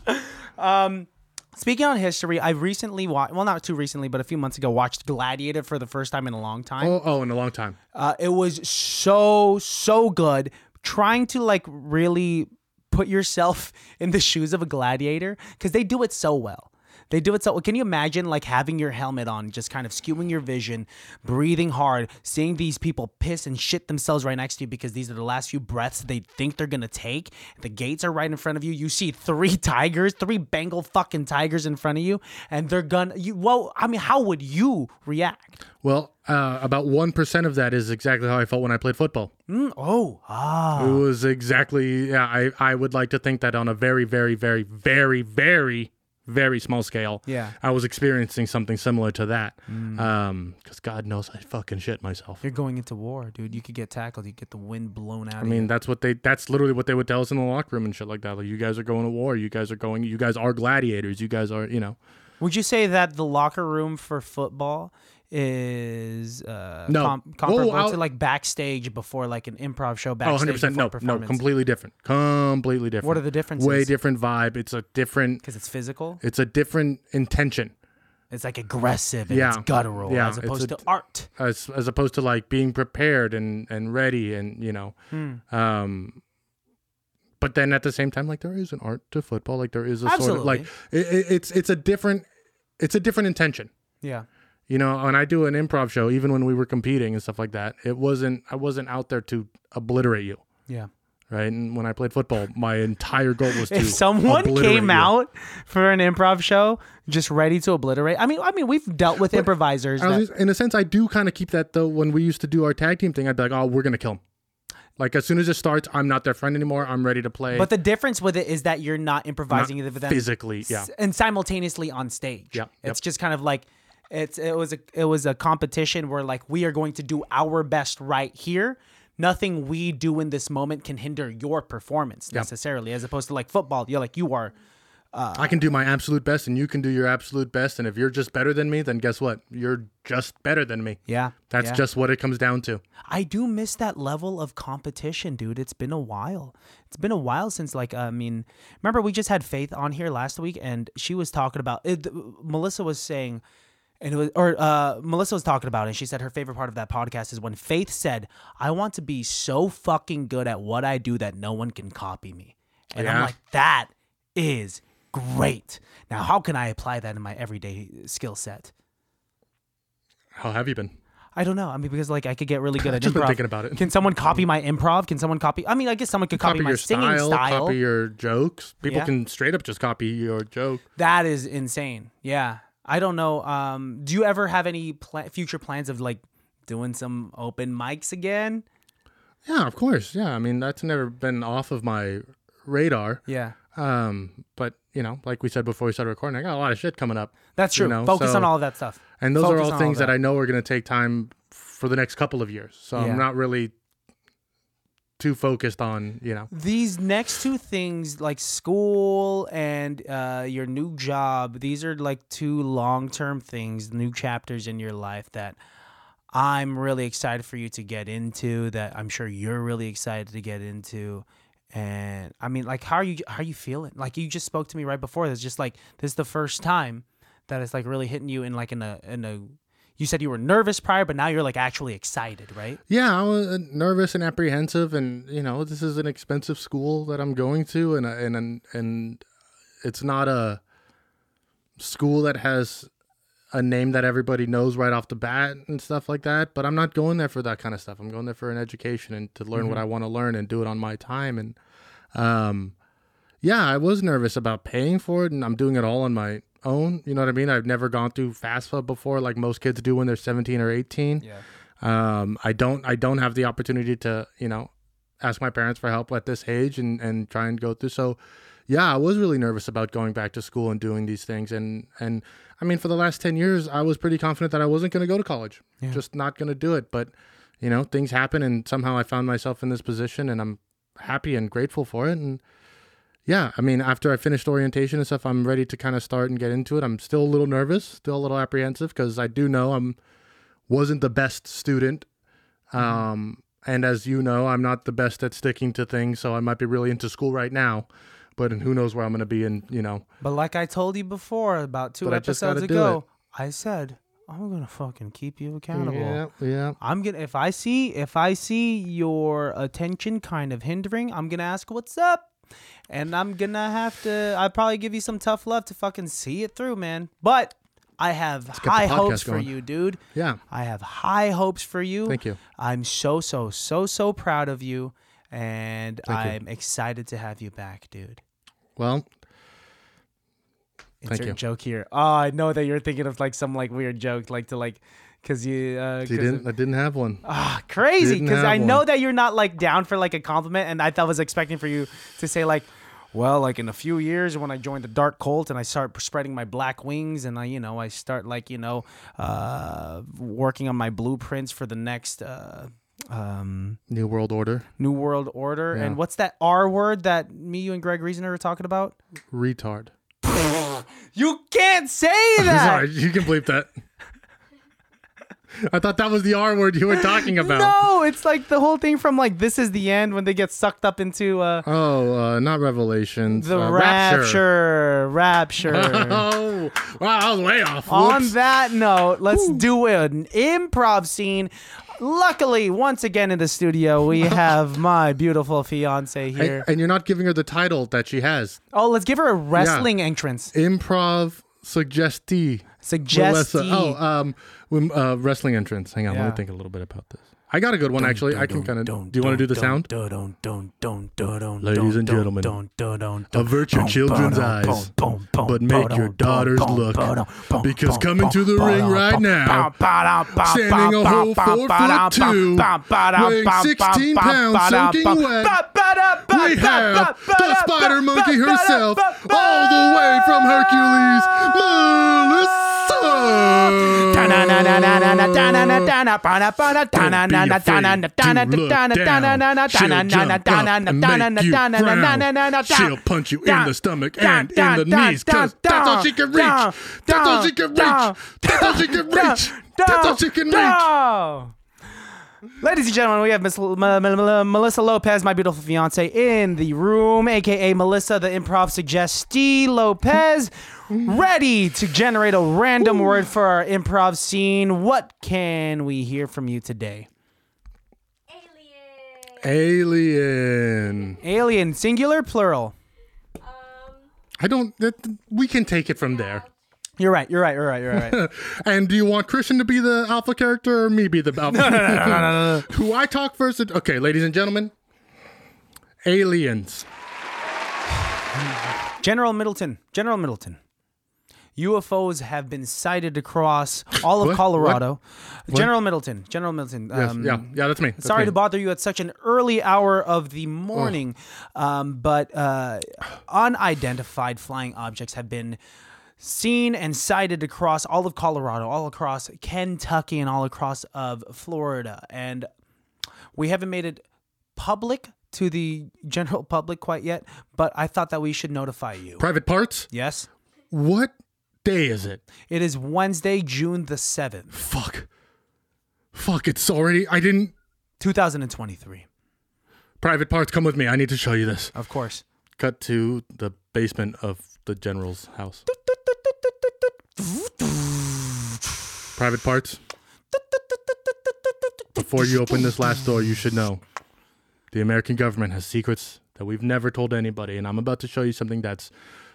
S1: Speaking on history, I recently watched, well, not too recently, but a few months ago, watched Gladiator for the first time in a long time.
S2: Oh, oh, in a long time.
S1: Uh, it was so, so good. Trying to like really put yourself in the shoes of a gladiator because they do it so well. They do it so. Can you imagine like having your helmet on, just kind of skewing your vision, breathing hard, seeing these people piss and shit themselves right next to you because these are the last few breaths they think they're gonna take. The gates are right in front of you. You see three tigers, three Bengal fucking tigers in front of you, and they're gonna. You well, I mean, how would you react?
S2: Well, uh, about one percent of that is exactly how I felt when I played football.
S1: Mm, oh, ah.
S2: It was exactly. Yeah, I I would like to think that on a very, very, very, very, very, very small scale.
S1: Yeah. Mm.
S2: I was experiencing something similar to that. Um, because God knows I fucking shit myself.
S1: You're going into war, dude. You could get tackled. You get the wind blown out.
S2: I mean, that's what they. That's literally what they would tell us in the locker room and shit like that. Like, you guys are going to war. You guys are going. You guys are gladiators. You guys are. You know.
S1: would you say that the locker room for football is uh,
S2: No.
S1: com-
S2: Whoa,
S1: comparable
S2: I'll-
S1: to like backstage before like an improv show?
S2: Oh,
S1: Backstage
S2: 100
S1: before
S2: percent.
S1: a
S2: No, no,
S1: performance?
S2: completely different. Completely different.
S1: What are the differences?
S2: Way different vibe. It's a different.
S1: because it's physical.
S2: It's a different intention.
S1: It's like aggressive and it's
S2: Yeah.
S1: guttural
S2: Yeah,
S1: as
S2: it's
S1: opposed
S2: a-
S1: to art.
S2: as as opposed to like being prepared and and ready and you know
S1: Hmm.
S2: um but then at the same time like there is an art to football like there is a sort of like it, it- it's it's a different it's a different intention
S1: Yeah.
S2: you know when i do an improv show even when we were competing and stuff like that it wasn't i wasn't out there to obliterate you
S1: Yeah.
S2: right? And when I played football, my entire goal was to
S1: if someone
S2: obliterate
S1: came
S2: you.
S1: out for an improv show just ready to obliterate, I mean, I mean, we've dealt with improvisers.
S2: I was
S1: that-
S2: just- in a sense, I do kind of keep that though. When we used to do our tag team thing, I'd be like, "Oh, we're gonna kill him." Like as soon as it starts, I'm not their friend anymore. I'm ready to play.
S1: but the difference with it is that you're not
S2: not
S1: improvising either with them
S2: physically, yeah.
S1: s- and simultaneously on stage.
S2: Yeah,
S1: it's
S2: yep.
S1: just kind of like it's it was a it was a competition where like we are going to do our best right here. Nothing we do in this moment can hinder your performance necessarily, as opposed to like football. You're like you are
S2: I can do my absolute best, and you can do your absolute best. And if you're just better than me, then guess what? You're just better than me.
S1: yeah.
S2: That's
S1: yeah.
S2: just what it comes down to.
S1: I do miss that level of competition, dude. It's been a while. It's been a while since, like, uh, I mean, remember we just had Faith on here last week, and she was talking about it, Melissa was saying, and it was, or uh, Melissa was talking about it, and she said her favorite part of that podcast is when Faith said, "I want to be so fucking good at what I do that no one can copy me," and I'm
S2: Yeah.
S1: like, that is great. Now, how can I apply that in my everyday skill set?
S2: How have you been?
S1: I don't know. I mean, because like I could get really good at
S2: Just
S1: improv.
S2: been thinking about it.
S1: Can someone copy my improv? Can someone copy? I mean, I guess someone could copy,
S2: Copy,
S1: my
S2: your
S1: singing
S2: style,
S1: style.
S2: Copy your jokes. People
S1: Yeah.
S2: can straight up just copy your joke.
S1: That is insane. Yeah, I don't know. Um, do you ever have any pla- future plans of like doing some open mics again?
S2: Yeah, of course. Yeah, I mean that's never been off of my radar.
S1: Yeah,
S2: Um, but you know, like we said before we started recording, I got a lot of shit coming up.
S1: that's true.
S2: You know,
S1: Focus
S2: so-
S1: on all of that stuff.
S2: And those
S1: Focus
S2: are
S1: on
S2: all
S1: all
S2: things that.
S1: that.
S2: I know are going to take time for the next couple of years. So
S1: Yeah.
S2: I'm not really too focused on, you know.
S1: These next two things, like school and uh, your new job, these are like two long term things, new chapters in your life that I'm really excited for you to get into. That I'm sure you're really excited to get into. And I mean, like, how are you? How are you feeling? Like, you just spoke to me right before. That's just like this is the first time that it's like really hitting you in like in a in a. You said you were nervous prior, but now you're like actually excited, right?
S2: Yeah, I was uh, nervous and apprehensive, and you know, this is an expensive school that I'm going to, and uh, and and, and it's not a school that has a name that everybody knows right off the bat and stuff like that. But I'm not going there for that kind of stuff. I'm going there for an education and to learn what I want to learn and do it on my time. And um, yeah, I was nervous about paying for it, and I'm doing it all on my own. You know what I mean? I've never gone through FAFSA before, like most kids do when they're 17 or 18
S1: Yeah.
S2: um, I don't I don't have the opportunity to you know ask my parents for help at this age and and try and go through so yeah I was really nervous about going back to school and doing these things and and I mean for the last 10 years I was pretty confident that I wasn't going to go to college just not going to do it but you know things happen and somehow I found myself in this position and I'm happy and grateful for it and yeah, I mean, after I finished orientation and stuff, I'm ready to kind of start and get into it. I'm still a little nervous, still a little apprehensive because I do know I'm wasn't the best student.
S1: Mm-hmm.
S2: Um, and as you know, I'm not the best at sticking to things, so I might be really into school right now, but who knows where I'm going to be in, you know.
S1: But like I told you before, about two
S2: But I just
S1: episodes
S2: gotta do
S1: ago, I said I'm gonna fucking keep you accountable.
S2: yeah.
S1: I'm gonna if I see if I see your attention kind of hindering, I'm gonna ask what's up, and I'm gonna have to. I probably give you some tough love to fucking see it through, man. But I have
S2: the
S1: high hopes
S2: podcast
S1: for
S2: going.
S1: you, dude.
S2: Yeah.
S1: I have high hopes for you.
S2: Thank you.
S1: I'm so so so so proud of you, and I'm excited to have you back, dude.
S2: Well,
S1: insert
S2: you.
S1: joke here. Oh, I know that you're thinking of like some like weird joke, like to like, cause you, uh,
S2: you
S1: 'cause
S2: didn't,
S1: of-
S2: I didn't have one.
S1: Ah, crazy,
S2: didn't
S1: cause
S2: have
S1: I know
S2: one.
S1: that you're not like down for like a compliment, and I thought was expecting for you to say like, well, like in a few years when I join the dark cult and I start spreading my black wings and I, you know, I start like you know, uh, working on my blueprints for the next. Uh, um,
S2: New World Order,
S1: New World Order,
S2: Yeah.
S1: and what's that R word that me, you, and Greg Reasoner were talking about?
S2: retard.
S1: You can't say that.
S2: Sorry, you can bleep that. I thought that was the R word you were talking about.
S1: No, it's like the whole thing from like this is the end when they get sucked up into uh
S2: Oh, uh, not Revelations.
S1: the
S2: uh,
S1: rapture, rapture.
S2: Oh, wow, I was way off.
S1: On
S2: Whoops.
S1: that note, let's do an improv scene. Luckily, once again in the studio, we have my beautiful fiance
S2: And-
S1: here.
S2: and you're not giving her the title that she has.
S1: oh, let's give her a wrestling entrance.
S2: improv suggestee.
S1: Suggestee.
S2: Melissa. Oh, um, wim- uh, wrestling entrance. Hang on, let
S1: Yeah.
S2: me think a little bit about this. I got a good one actually. I can kind of. Do you want to do the sound? Ladies and gentlemen, avert your children's eyes, but make your daughters look, because coming to the ring right now, standing a whole four foot two, weighing 16 pounds, soaking wet, we have the Spider Monkey herself, all the way from Hercules, Melissa. She'll punch you in the stomach and in the knees, cause that's all she can reach. That's all she can reach. That's all she can reach. That's all she can reach.
S1: Ladies and gentlemen, we have Miss L- M- M- M- Melissa Lopez, my beautiful fiance, in the room, aka Melissa, the improv suggestee Lopez, ready to generate a random word for our improv scene. What can we hear from you today?
S3: Alien.
S2: Alien.
S1: Alien, singular, plural.
S3: Um.
S2: I don't. That, we can take it from there.
S1: You're right. You're right. You're right. You're right.
S2: And do you want Christian to be the alpha character or me be the alpha? no, no, no, no, no. Who I talk first? Okay, ladies and gentlemen, aliens.
S1: General Middleton. General Middleton. UFOs have been sighted across all of
S2: What?
S1: Colorado. General Middleton. General Middleton. Um,
S2: yeah, yeah, that's me. That's
S1: Sorry
S2: me.
S1: to bother you at such an early hour of the morning, um, but uh, unidentified flying objects have been seen and sighted across all of Colorado, all across Kentucky, and all across of Florida. And we haven't made it public to the general public quite yet, but I thought that we should notify you.
S2: Private parts.
S1: Yes,
S2: What day is it?
S1: it is Wednesday, June the seventh,
S2: Fuck. Fuck. It's already. I didn't.
S1: two thousand and twenty-three.
S2: Private parts. Come with me. I need to show you this.
S1: Of course.
S2: Cut to the basement of the general's house. Private parts. Before you open this last door, you should know the American government has secrets that we've never told anybody, and I'm about to show you something that's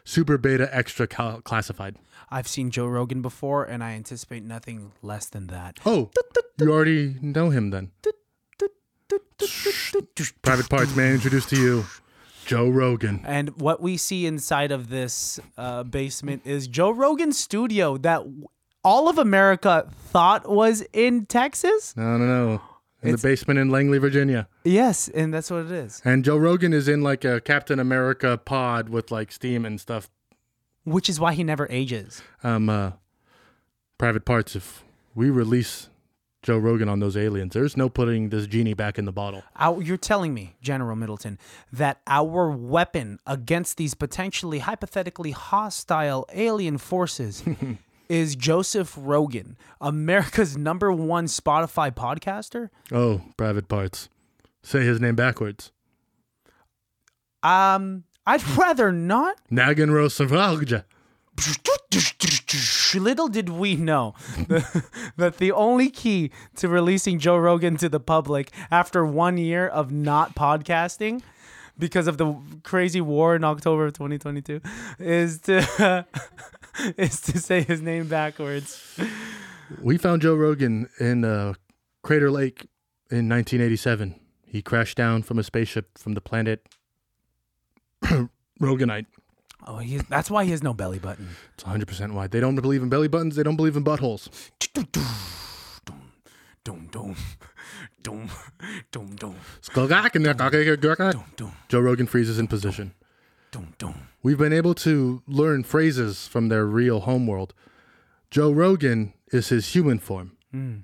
S2: super beta extra cal- classified.
S1: I've seen Joe Rogan before, and I anticipate nothing less than that.
S2: Oh, you already know him then. Private parts man introduced to you, Joe Rogan.
S1: And what we see inside of this uh, basement is Joe Rogan's studio that w- all of America thought was in Texas.
S2: No, no, no. In the basement in Langley, Virginia.
S1: Yes, and that's what it is,
S2: And Joe Rogan is in like a Captain America pod with like steam and stuff.
S1: which is why he never ages.
S2: Um, uh, private parts. If we release Joe Rogan on those aliens, there's no putting this genie back in the bottle.
S1: Our, you're telling me, General Middleton, that our weapon against these potentially hypothetically hostile alien forces is Joseph Rogan, America's number one Spotify podcaster?
S2: Oh, private parts. Say his name backwards.
S1: Um, I'd rather not.
S2: Nagin Rosavalja.
S1: Little did we know that the only key to releasing Joe Rogan to the public after one year of not podcasting because of the crazy war in October of 2022 is to is to say his name backwards.
S2: We found Joe Rogan in uh, Crater Lake in 1987. He crashed down from a spaceship from the planet Roganite.
S1: Oh, he that's why he has no belly button.
S2: It's 100% why. They don't believe in belly buttons. They don't believe in buttholes.
S1: Dum dum dum dum dum dum
S2: Joe Rogan freezes in position.
S1: dum dum.
S2: We've been able to learn phrases from their real homeworld. Joe Rogan is his human form.
S1: Hmm.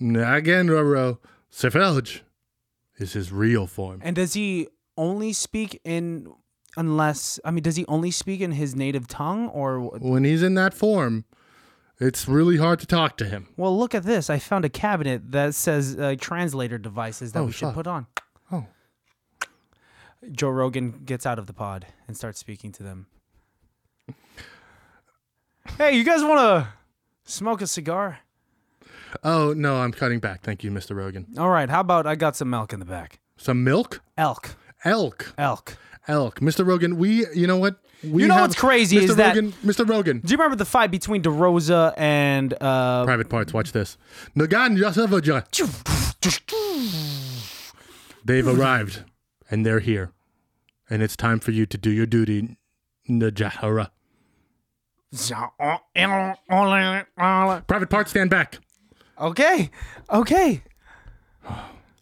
S2: Again, Roro Sefelj is his real form.
S1: And does he only speak in unless I mean does he only speak in his native tongue or
S2: When he's in that form, it's really hard to talk to him.
S1: well look at this I found a cabinet that says uh, translator devices that
S2: Oh,
S1: we should
S2: fuck.
S1: put on.
S2: Oh.
S1: Joe Rogan gets out of the pod and starts speaking to them. Hey, you guys want to smoke a cigar?
S2: Oh, no, I'm cutting back. Thank you, Mr. Rogan.
S1: All right, how about I got some milk in the back?
S2: Some milk?
S1: Elk,
S2: Elk.
S1: elk.
S2: Elk. Mr. Rogan, we, you know what? We
S1: You know what's crazy
S2: Mr.
S1: is that-
S2: Rogan, Mr. Rogan.
S1: Do you remember the fight between DeRosa and uh,
S2: Private parts, watch this. Nagan Yasavaja. They've arrived, and they're here, and it's time for you to do your duty, Najahara. Private part, stand back.
S1: Okay. Okay.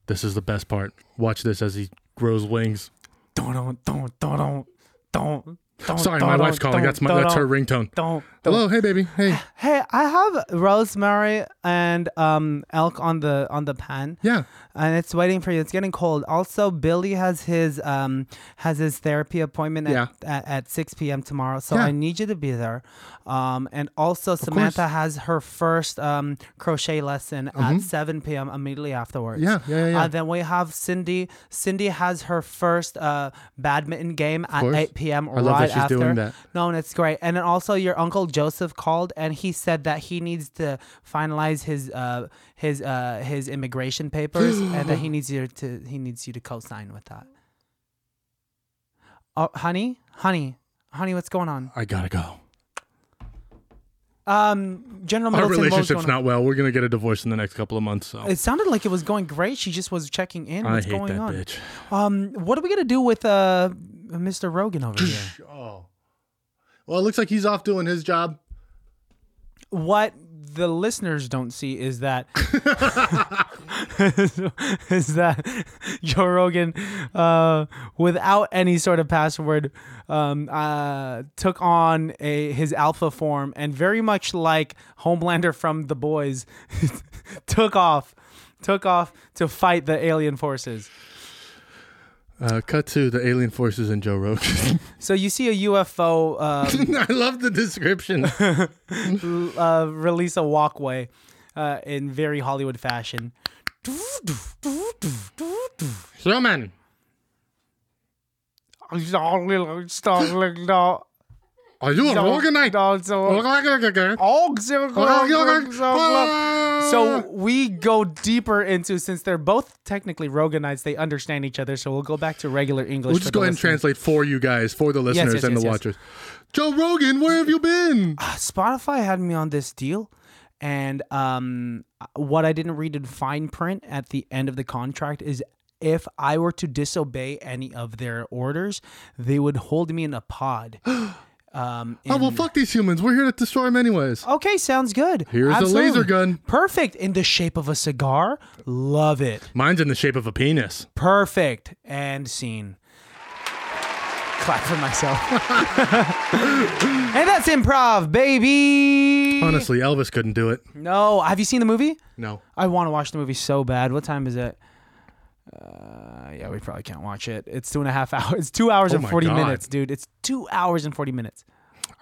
S2: This is the best part. Watch this as he grows wings.
S1: Don't don't don't don't Oh, don't.
S2: Sorry, my wife's calling. That's my that's her ringtone.
S1: Don't.
S2: Hello, hey baby, hey.
S1: Hey, I have rosemary and um elk on the on the pan.
S2: Yeah,
S1: and it's waiting for you. It's getting cold. Also, Billy has his um has his therapy appointment at,
S2: Yeah.
S1: at, at six p.m. tomorrow. So
S2: Yeah.
S1: I need you to be there. Um, and also Samantha has her first um crochet lesson at seven p.m. immediately afterwards.
S2: Mm-hmm. Yeah, yeah, yeah, yeah.
S1: Uh, then we have Cindy. Cindy has her first uh badminton game at
S2: course.
S1: eight p.m.
S2: I love that
S1: right
S2: she's
S1: after.
S2: doing that.
S1: No, and it's great. And then also your uncle Joseph called and he said that he needs to finalize his uh his uh his immigration papers and that he needs you to he needs you to co-sign with that. Oh, honey, honey, honey, what's going on?
S2: I gotta go.
S1: Um, General
S2: Our
S1: Middleton, what was
S2: relationship's
S1: going on?
S2: not well. We're gonna get a divorce in the next couple of months. So
S1: It sounded like it was going great. She just was checking in.
S2: I
S1: What's
S2: hate
S1: going
S2: that
S1: on?
S2: bitch.
S1: Um, what are we gonna do with uh Mr. Rogan over here?
S2: Oh, well, it looks like he's off doing his job.
S1: what the listeners don't see is that is that Joe Rogan, uh, without any sort of password, um, uh, took on a his alpha form and very much like Homelander from The Boys, took off, took off to fight the alien forces.
S2: Uh, cut to the alien forces and Joe Rogan.
S1: So you see a UFO uh,
S2: I love the description.
S1: uh, release a walkway uh, in very Hollywood fashion.
S2: Human. Are you a Roganite?
S1: Oh, So we go deeper into since they're both technically Roganites, they understand each other. So we'll go back to regular English.
S2: We'll
S1: for
S2: just
S1: the
S2: go ahead and
S1: listeners.
S2: translate for you guys, for the listeners
S1: yes,
S2: and the
S1: yes, yes.
S2: watchers. Joe Rogan, where have you been?
S1: Uh, Spotify had me on this deal, and um, what I didn't read in fine print at the end of the contract is if I were to disobey any of their orders, they would hold me in a pod. Um,
S2: Oh, well,
S1: in-
S2: fuck these humans. We're here to destroy them anyways.
S1: Okay, sounds good.
S2: Here's a
S1: Absolutely.
S2: laser gun.
S1: Perfect in the shape of a cigar. Love it.
S2: Mine's in the shape of a penis.
S1: Perfect and scene. Clap for myself. and that's improv, baby.
S2: Honestly, Elvis couldn't do it.
S1: No, have you seen the movie?
S2: No.
S1: I want to watch the movie so bad. What time is it? Uh, yeah, we probably can't watch it. It's two and a half hours. It's two hours
S2: Oh
S1: and
S2: my
S1: 40
S2: God.
S1: minutes, dude. It's two hours and 40 minutes.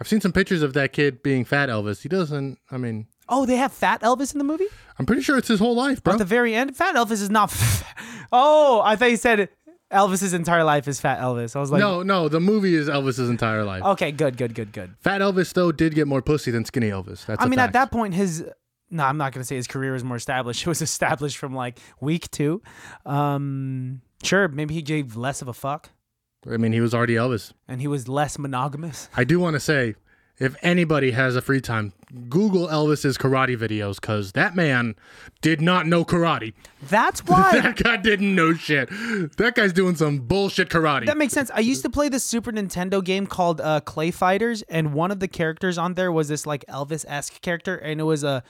S2: I've seen some pictures of that kid being fat Elvis. He doesn't, I mean,
S1: Oh, they have Fat Elvis in the movie?
S2: I'm pretty sure it's his whole life, bro.
S1: At the very end, Fat Elvis is not. oh, I thought you said Elvis's entire life is Fat Elvis. I was like,
S2: no, no, the movie is Elvis's entire life.
S1: Okay, good, good, good, good.
S2: Fat Elvis, though, did get more pussy than skinny Elvis. That's
S1: I
S2: a
S1: mean, at
S2: fact.
S1: that point, his no, I'm not gonna say his career is more established. It was established from like week two. Um, sure, maybe he gave less of a fuck,
S2: I mean, he was already Elvis.
S1: and he was less monogamous.
S2: I do want to say, if anybody has a free time, Google Elvis's karate videos because that man did not know karate.
S1: That's why.
S2: That guy didn't know shit. That guy's doing some bullshit karate.
S1: That makes sense. I used to play this Super Nintendo game called uh, Clay Fighters, and one of the characters on there was this like Elvis-esque character, and it was a,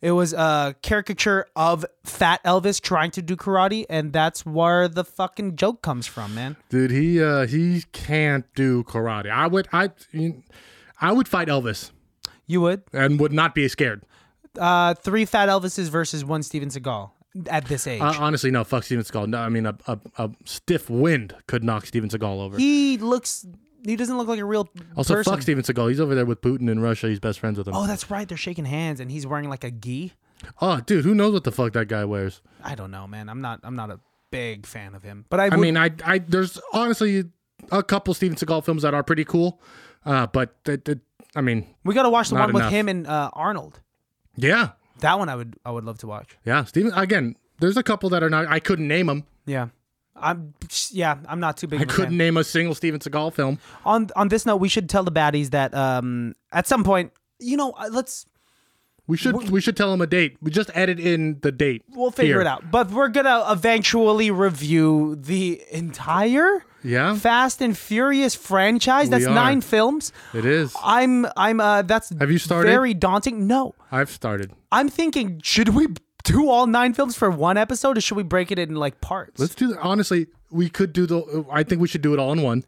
S1: it was a caricature of Fat Elvis trying to do karate, and that's where the fucking joke comes from, man.
S2: Dude, he uh, he can't do karate. I would I I would fight Elvis
S1: You would.
S2: and would not be scared.
S1: Uh, three fat Elvises versus one Steven Seagal at this age.
S2: Uh, honestly, no. Fuck Steven Seagal. No, I mean a, a, a stiff wind could knock Steven Seagal over.
S1: he looks. He doesn't look like a real
S2: also,
S1: person.
S2: fuck Steven Seagal. He's over there with Putin in Russia. He's best friends with him.
S1: oh,
S2: Oh,
S1: that's right. They're shaking hands, and he's wearing like a gi.
S2: dude, who knows what the fuck that guy wears?
S1: I don't know, man. I'm not. I'm not a big fan of him. But I.
S2: I
S1: would-
S2: mean, I I there's honestly a couple Steven Seagal films that are pretty cool, uh, but that that- I mean,
S1: we got to watch the
S2: not
S1: one with
S2: enough.
S1: him and uh, Arnold.
S2: yeah,
S1: That one I would. I would love to watch.
S2: yeah. Steven again. There's a couple that are not. I couldn't name them.
S1: Yeah. I'm yeah, I'm not too big.
S2: I
S1: of a
S2: couldn't
S1: fan.
S2: name a single Steven Seagal film.
S1: On on this note, we should tell the baddies that um at some point, you know, uh, let's
S2: We should we should tell him a date. We just added in the date.
S1: We'll figure
S2: here.
S1: it out. But we're gonna eventually review the entire
S2: Yeah.
S1: Fast and Furious franchise. That's
S2: are.
S1: nine films.
S2: It is.
S1: I'm I'm uh that's
S2: Have you started?
S1: very daunting. No.
S2: I've started.
S1: I'm thinking, should we do all nine films for one episode or should we break it in like parts?
S2: Let's do. Honestly, we could do the. I think we should do it all in one.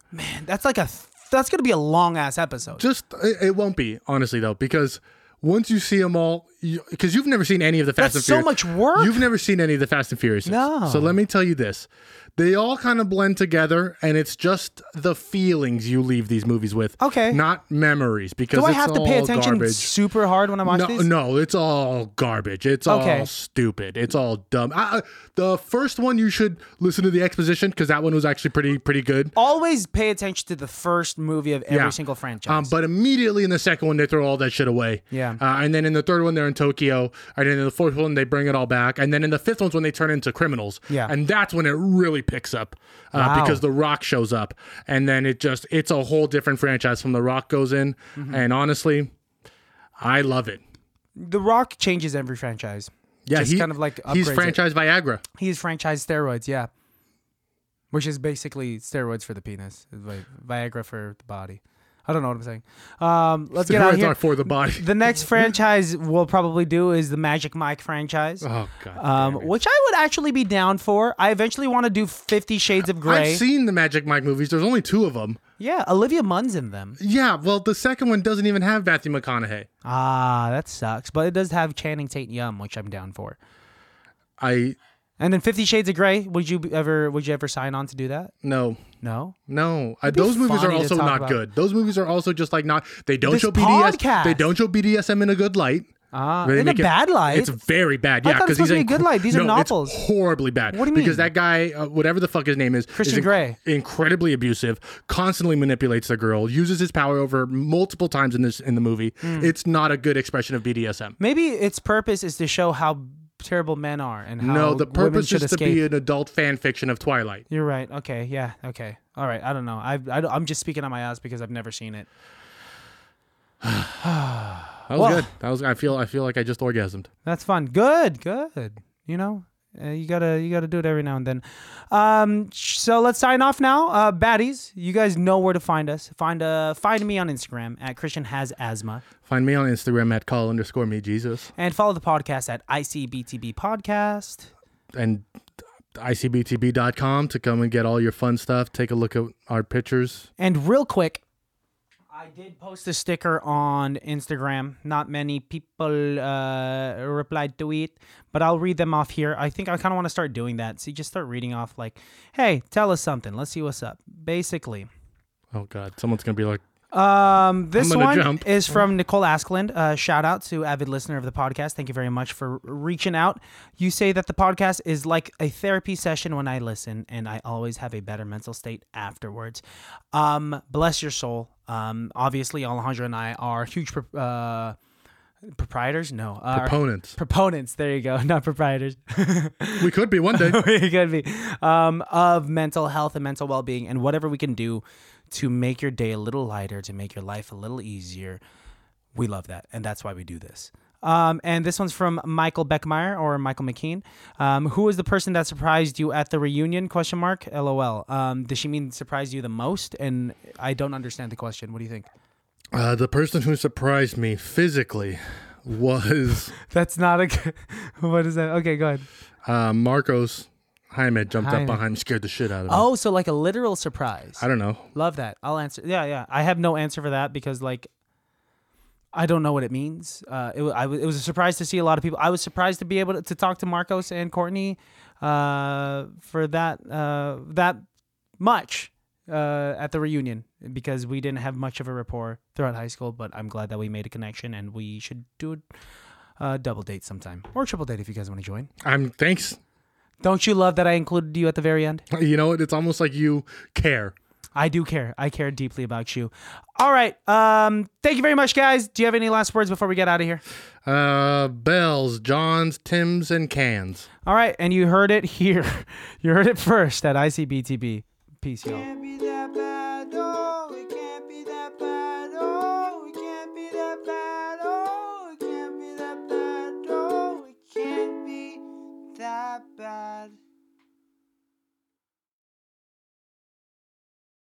S1: that's like a th- that's gonna be a long ass episode.
S2: Just it, it won't be honestly though because once you see them all, because you, have never seen any of the Fast
S1: That's
S2: and
S1: so
S2: Furious.
S1: much work.
S2: You've never seen any of the Fast and Furious.
S1: No.
S2: So let me tell you this: they all kind of blend together, and it's just the feelings you leave these movies with.
S1: Okay.
S2: Not memories because
S1: do I
S2: it's
S1: have to pay
S2: all
S1: attention
S2: Garbage.
S1: super hard when I watch
S2: No,
S1: these?
S2: no, it's all garbage. It's
S1: Okay.
S2: all stupid. It's all dumb. I, I- the first one you should listen to the exposition because that one was actually pretty pretty good.
S1: Always pay attention to the first movie of every
S2: Yeah.
S1: single franchise.
S2: Um, but immediately in the second one they throw all that shit away.
S1: Yeah.
S2: Uh, and then in the third one they're in Tokyo, and then in the fourth one they bring it all back, and then in the fifth one's when they turn into criminals.
S1: Yeah.
S2: And that's when it really picks up uh,
S1: Wow.
S2: because The Rock shows up, and then it just it's a whole different franchise from The Rock goes in,
S1: Mm-hmm.
S2: and honestly, I love it.
S1: the Rock changes every franchise.
S2: Yeah,
S1: Just
S2: he-
S1: kind of like
S2: he's
S1: upgrades it.
S2: franchise Viagra.
S1: He's franchise steroids, yeah. Which is basically steroids for the penis, It's like Viagra for the body. I don't know what I'm saying. Um, let's get out
S2: Steroids
S1: of here.
S2: aren't for the body.
S1: The next franchise we'll probably do is the Magic Mike franchise,
S2: Oh god.
S1: um,
S2: damn it.
S1: which I would actually be down for. I eventually want to do Fifty Shades of Grey.
S2: I've seen the Magic Mike movies. There's only two of them.
S1: yeah, Olivia Munn's in them.
S2: Yeah, well, the second one doesn't even have Matthew McConaughey.
S1: Ah, that sucks. But it does have Channing Tate Yum, which I'm down for.
S2: I
S1: And then Fifty Shades of Grey. Would you be- ever? Would you ever sign on to do that?
S2: no,
S1: No.
S2: no. I,
S1: be
S2: those movies are
S1: funny to
S2: also
S1: talk
S2: not
S1: about.
S2: good. Those movies are also just like not. They don't
S1: This
S2: show BDS.
S1: podcast.
S2: They don't show BDSM in a good light.
S1: Ah,
S2: They
S1: in a
S2: make it-
S1: bad light.
S2: It's very bad.
S1: I
S2: Yeah,
S1: thought it was
S2: because
S1: supposed
S2: he's
S1: to be a
S2: inc-
S1: good light. These are
S2: No, it's
S1: novels.
S2: horribly bad.
S1: What do you mean?
S2: Because that guy, uh, whatever the fuck his name is,
S1: Christian
S2: is inc-
S1: Grey.
S2: incredibly abusive, constantly manipulates the girl, uses his power over multiple times in this in the movie.
S1: Hmm.
S2: It's not a good expression of BDSM.
S1: Maybe its purpose is to show how terrible men are and how
S2: No, the
S1: women
S2: purpose
S1: should
S2: is to
S1: escape.
S2: be an adult fan fiction of Twilight.
S1: You're right. Okay. Yeah. Okay. All right. I don't know. I, I don't- I'm just speaking on my ass because I've never seen it.
S2: That was
S1: Well-
S2: good. That was. I feel. I feel like I just orgasmed.
S1: That's fun. Good. Good. You know, uh, you gotta you gotta do it every now and then. Um. sh- So let's sign off now. Uh, baddies, you guys know where to find us. Find uh find me on Instagram at Christian has asthma
S2: Find me on Instagram at call underscore me Jesus
S1: and follow the podcast at ICBTB podcast.
S2: and icbtb.com to come and get all your fun stuff. Take a look at our pictures.
S1: And real quick, I did post a sticker on Instagram. Not many people uh, replied to it, but I'll read them off here. I think I kind of want to start doing that. See, just start reading off like, "Hey, tell us something. Let's see what's up." Basically,
S2: Oh God, someone's gonna be like,
S1: um, this
S2: I'm gonna
S1: one
S2: jump.
S1: is from Nicole Askland. Uh, shout out to avid listener of the podcast. Thank you very much for reaching out. You say that the podcast is like a therapy session when I listen, and I always have a better mental state afterwards. Um, bless your soul. Um, obviously, Alejandro and I are huge pro- uh, proprietors. No, uh,
S2: proponents.
S1: proponents. There you go, not proprietors.
S2: we could be one day.
S1: it could be um, of mental health and mental well-being and whatever we can do to make your day a little lighter to make your life a little easier we love that and that's why we do this um, and this one's from michael beckmeyer or michael mckean um, who is the person that surprised you at the reunion question mark lol um, does she mean surprised you the most and i don't understand the question what do you think
S2: Uh, the person who surprised me physically was
S1: that's not a good what is that okay go ahead
S2: uh, Marcos Jaime. Jumped
S1: Jaime.
S2: up behind me, scared the shit out of me.
S1: oh so like a literal surprise
S2: I don't know.
S1: Love that. I'll answer. Yeah, yeah. I have no answer for that because like I don't know what it means. Uh, it, wa- I w- it was a surprise to see a lot of people. I was surprised to be able to, to talk to Marcos and Courtney uh, for that uh, that much uh, at the reunion because we didn't have much of a rapport throughout high school. But I'm glad that we made a connection and we should do a double date sometime or triple date if you guys want to join.
S2: I'm thanks.
S1: Don't you love that I included you at the very end?
S2: You know what? It's almost like you care.
S1: I do care. I care deeply about you. All right. Um, thank you very much, guys. Do you have any last words before we get out of here?
S2: Uh, bells, Johns, Tims, and cans.
S1: All right. And you heard it here. You heard it first at ICBTB. Peace, y'all.
S4: can't be that bad, oh, it can't be that bad, oh, it can't be that bad, oh, it can't be that bad. that bad.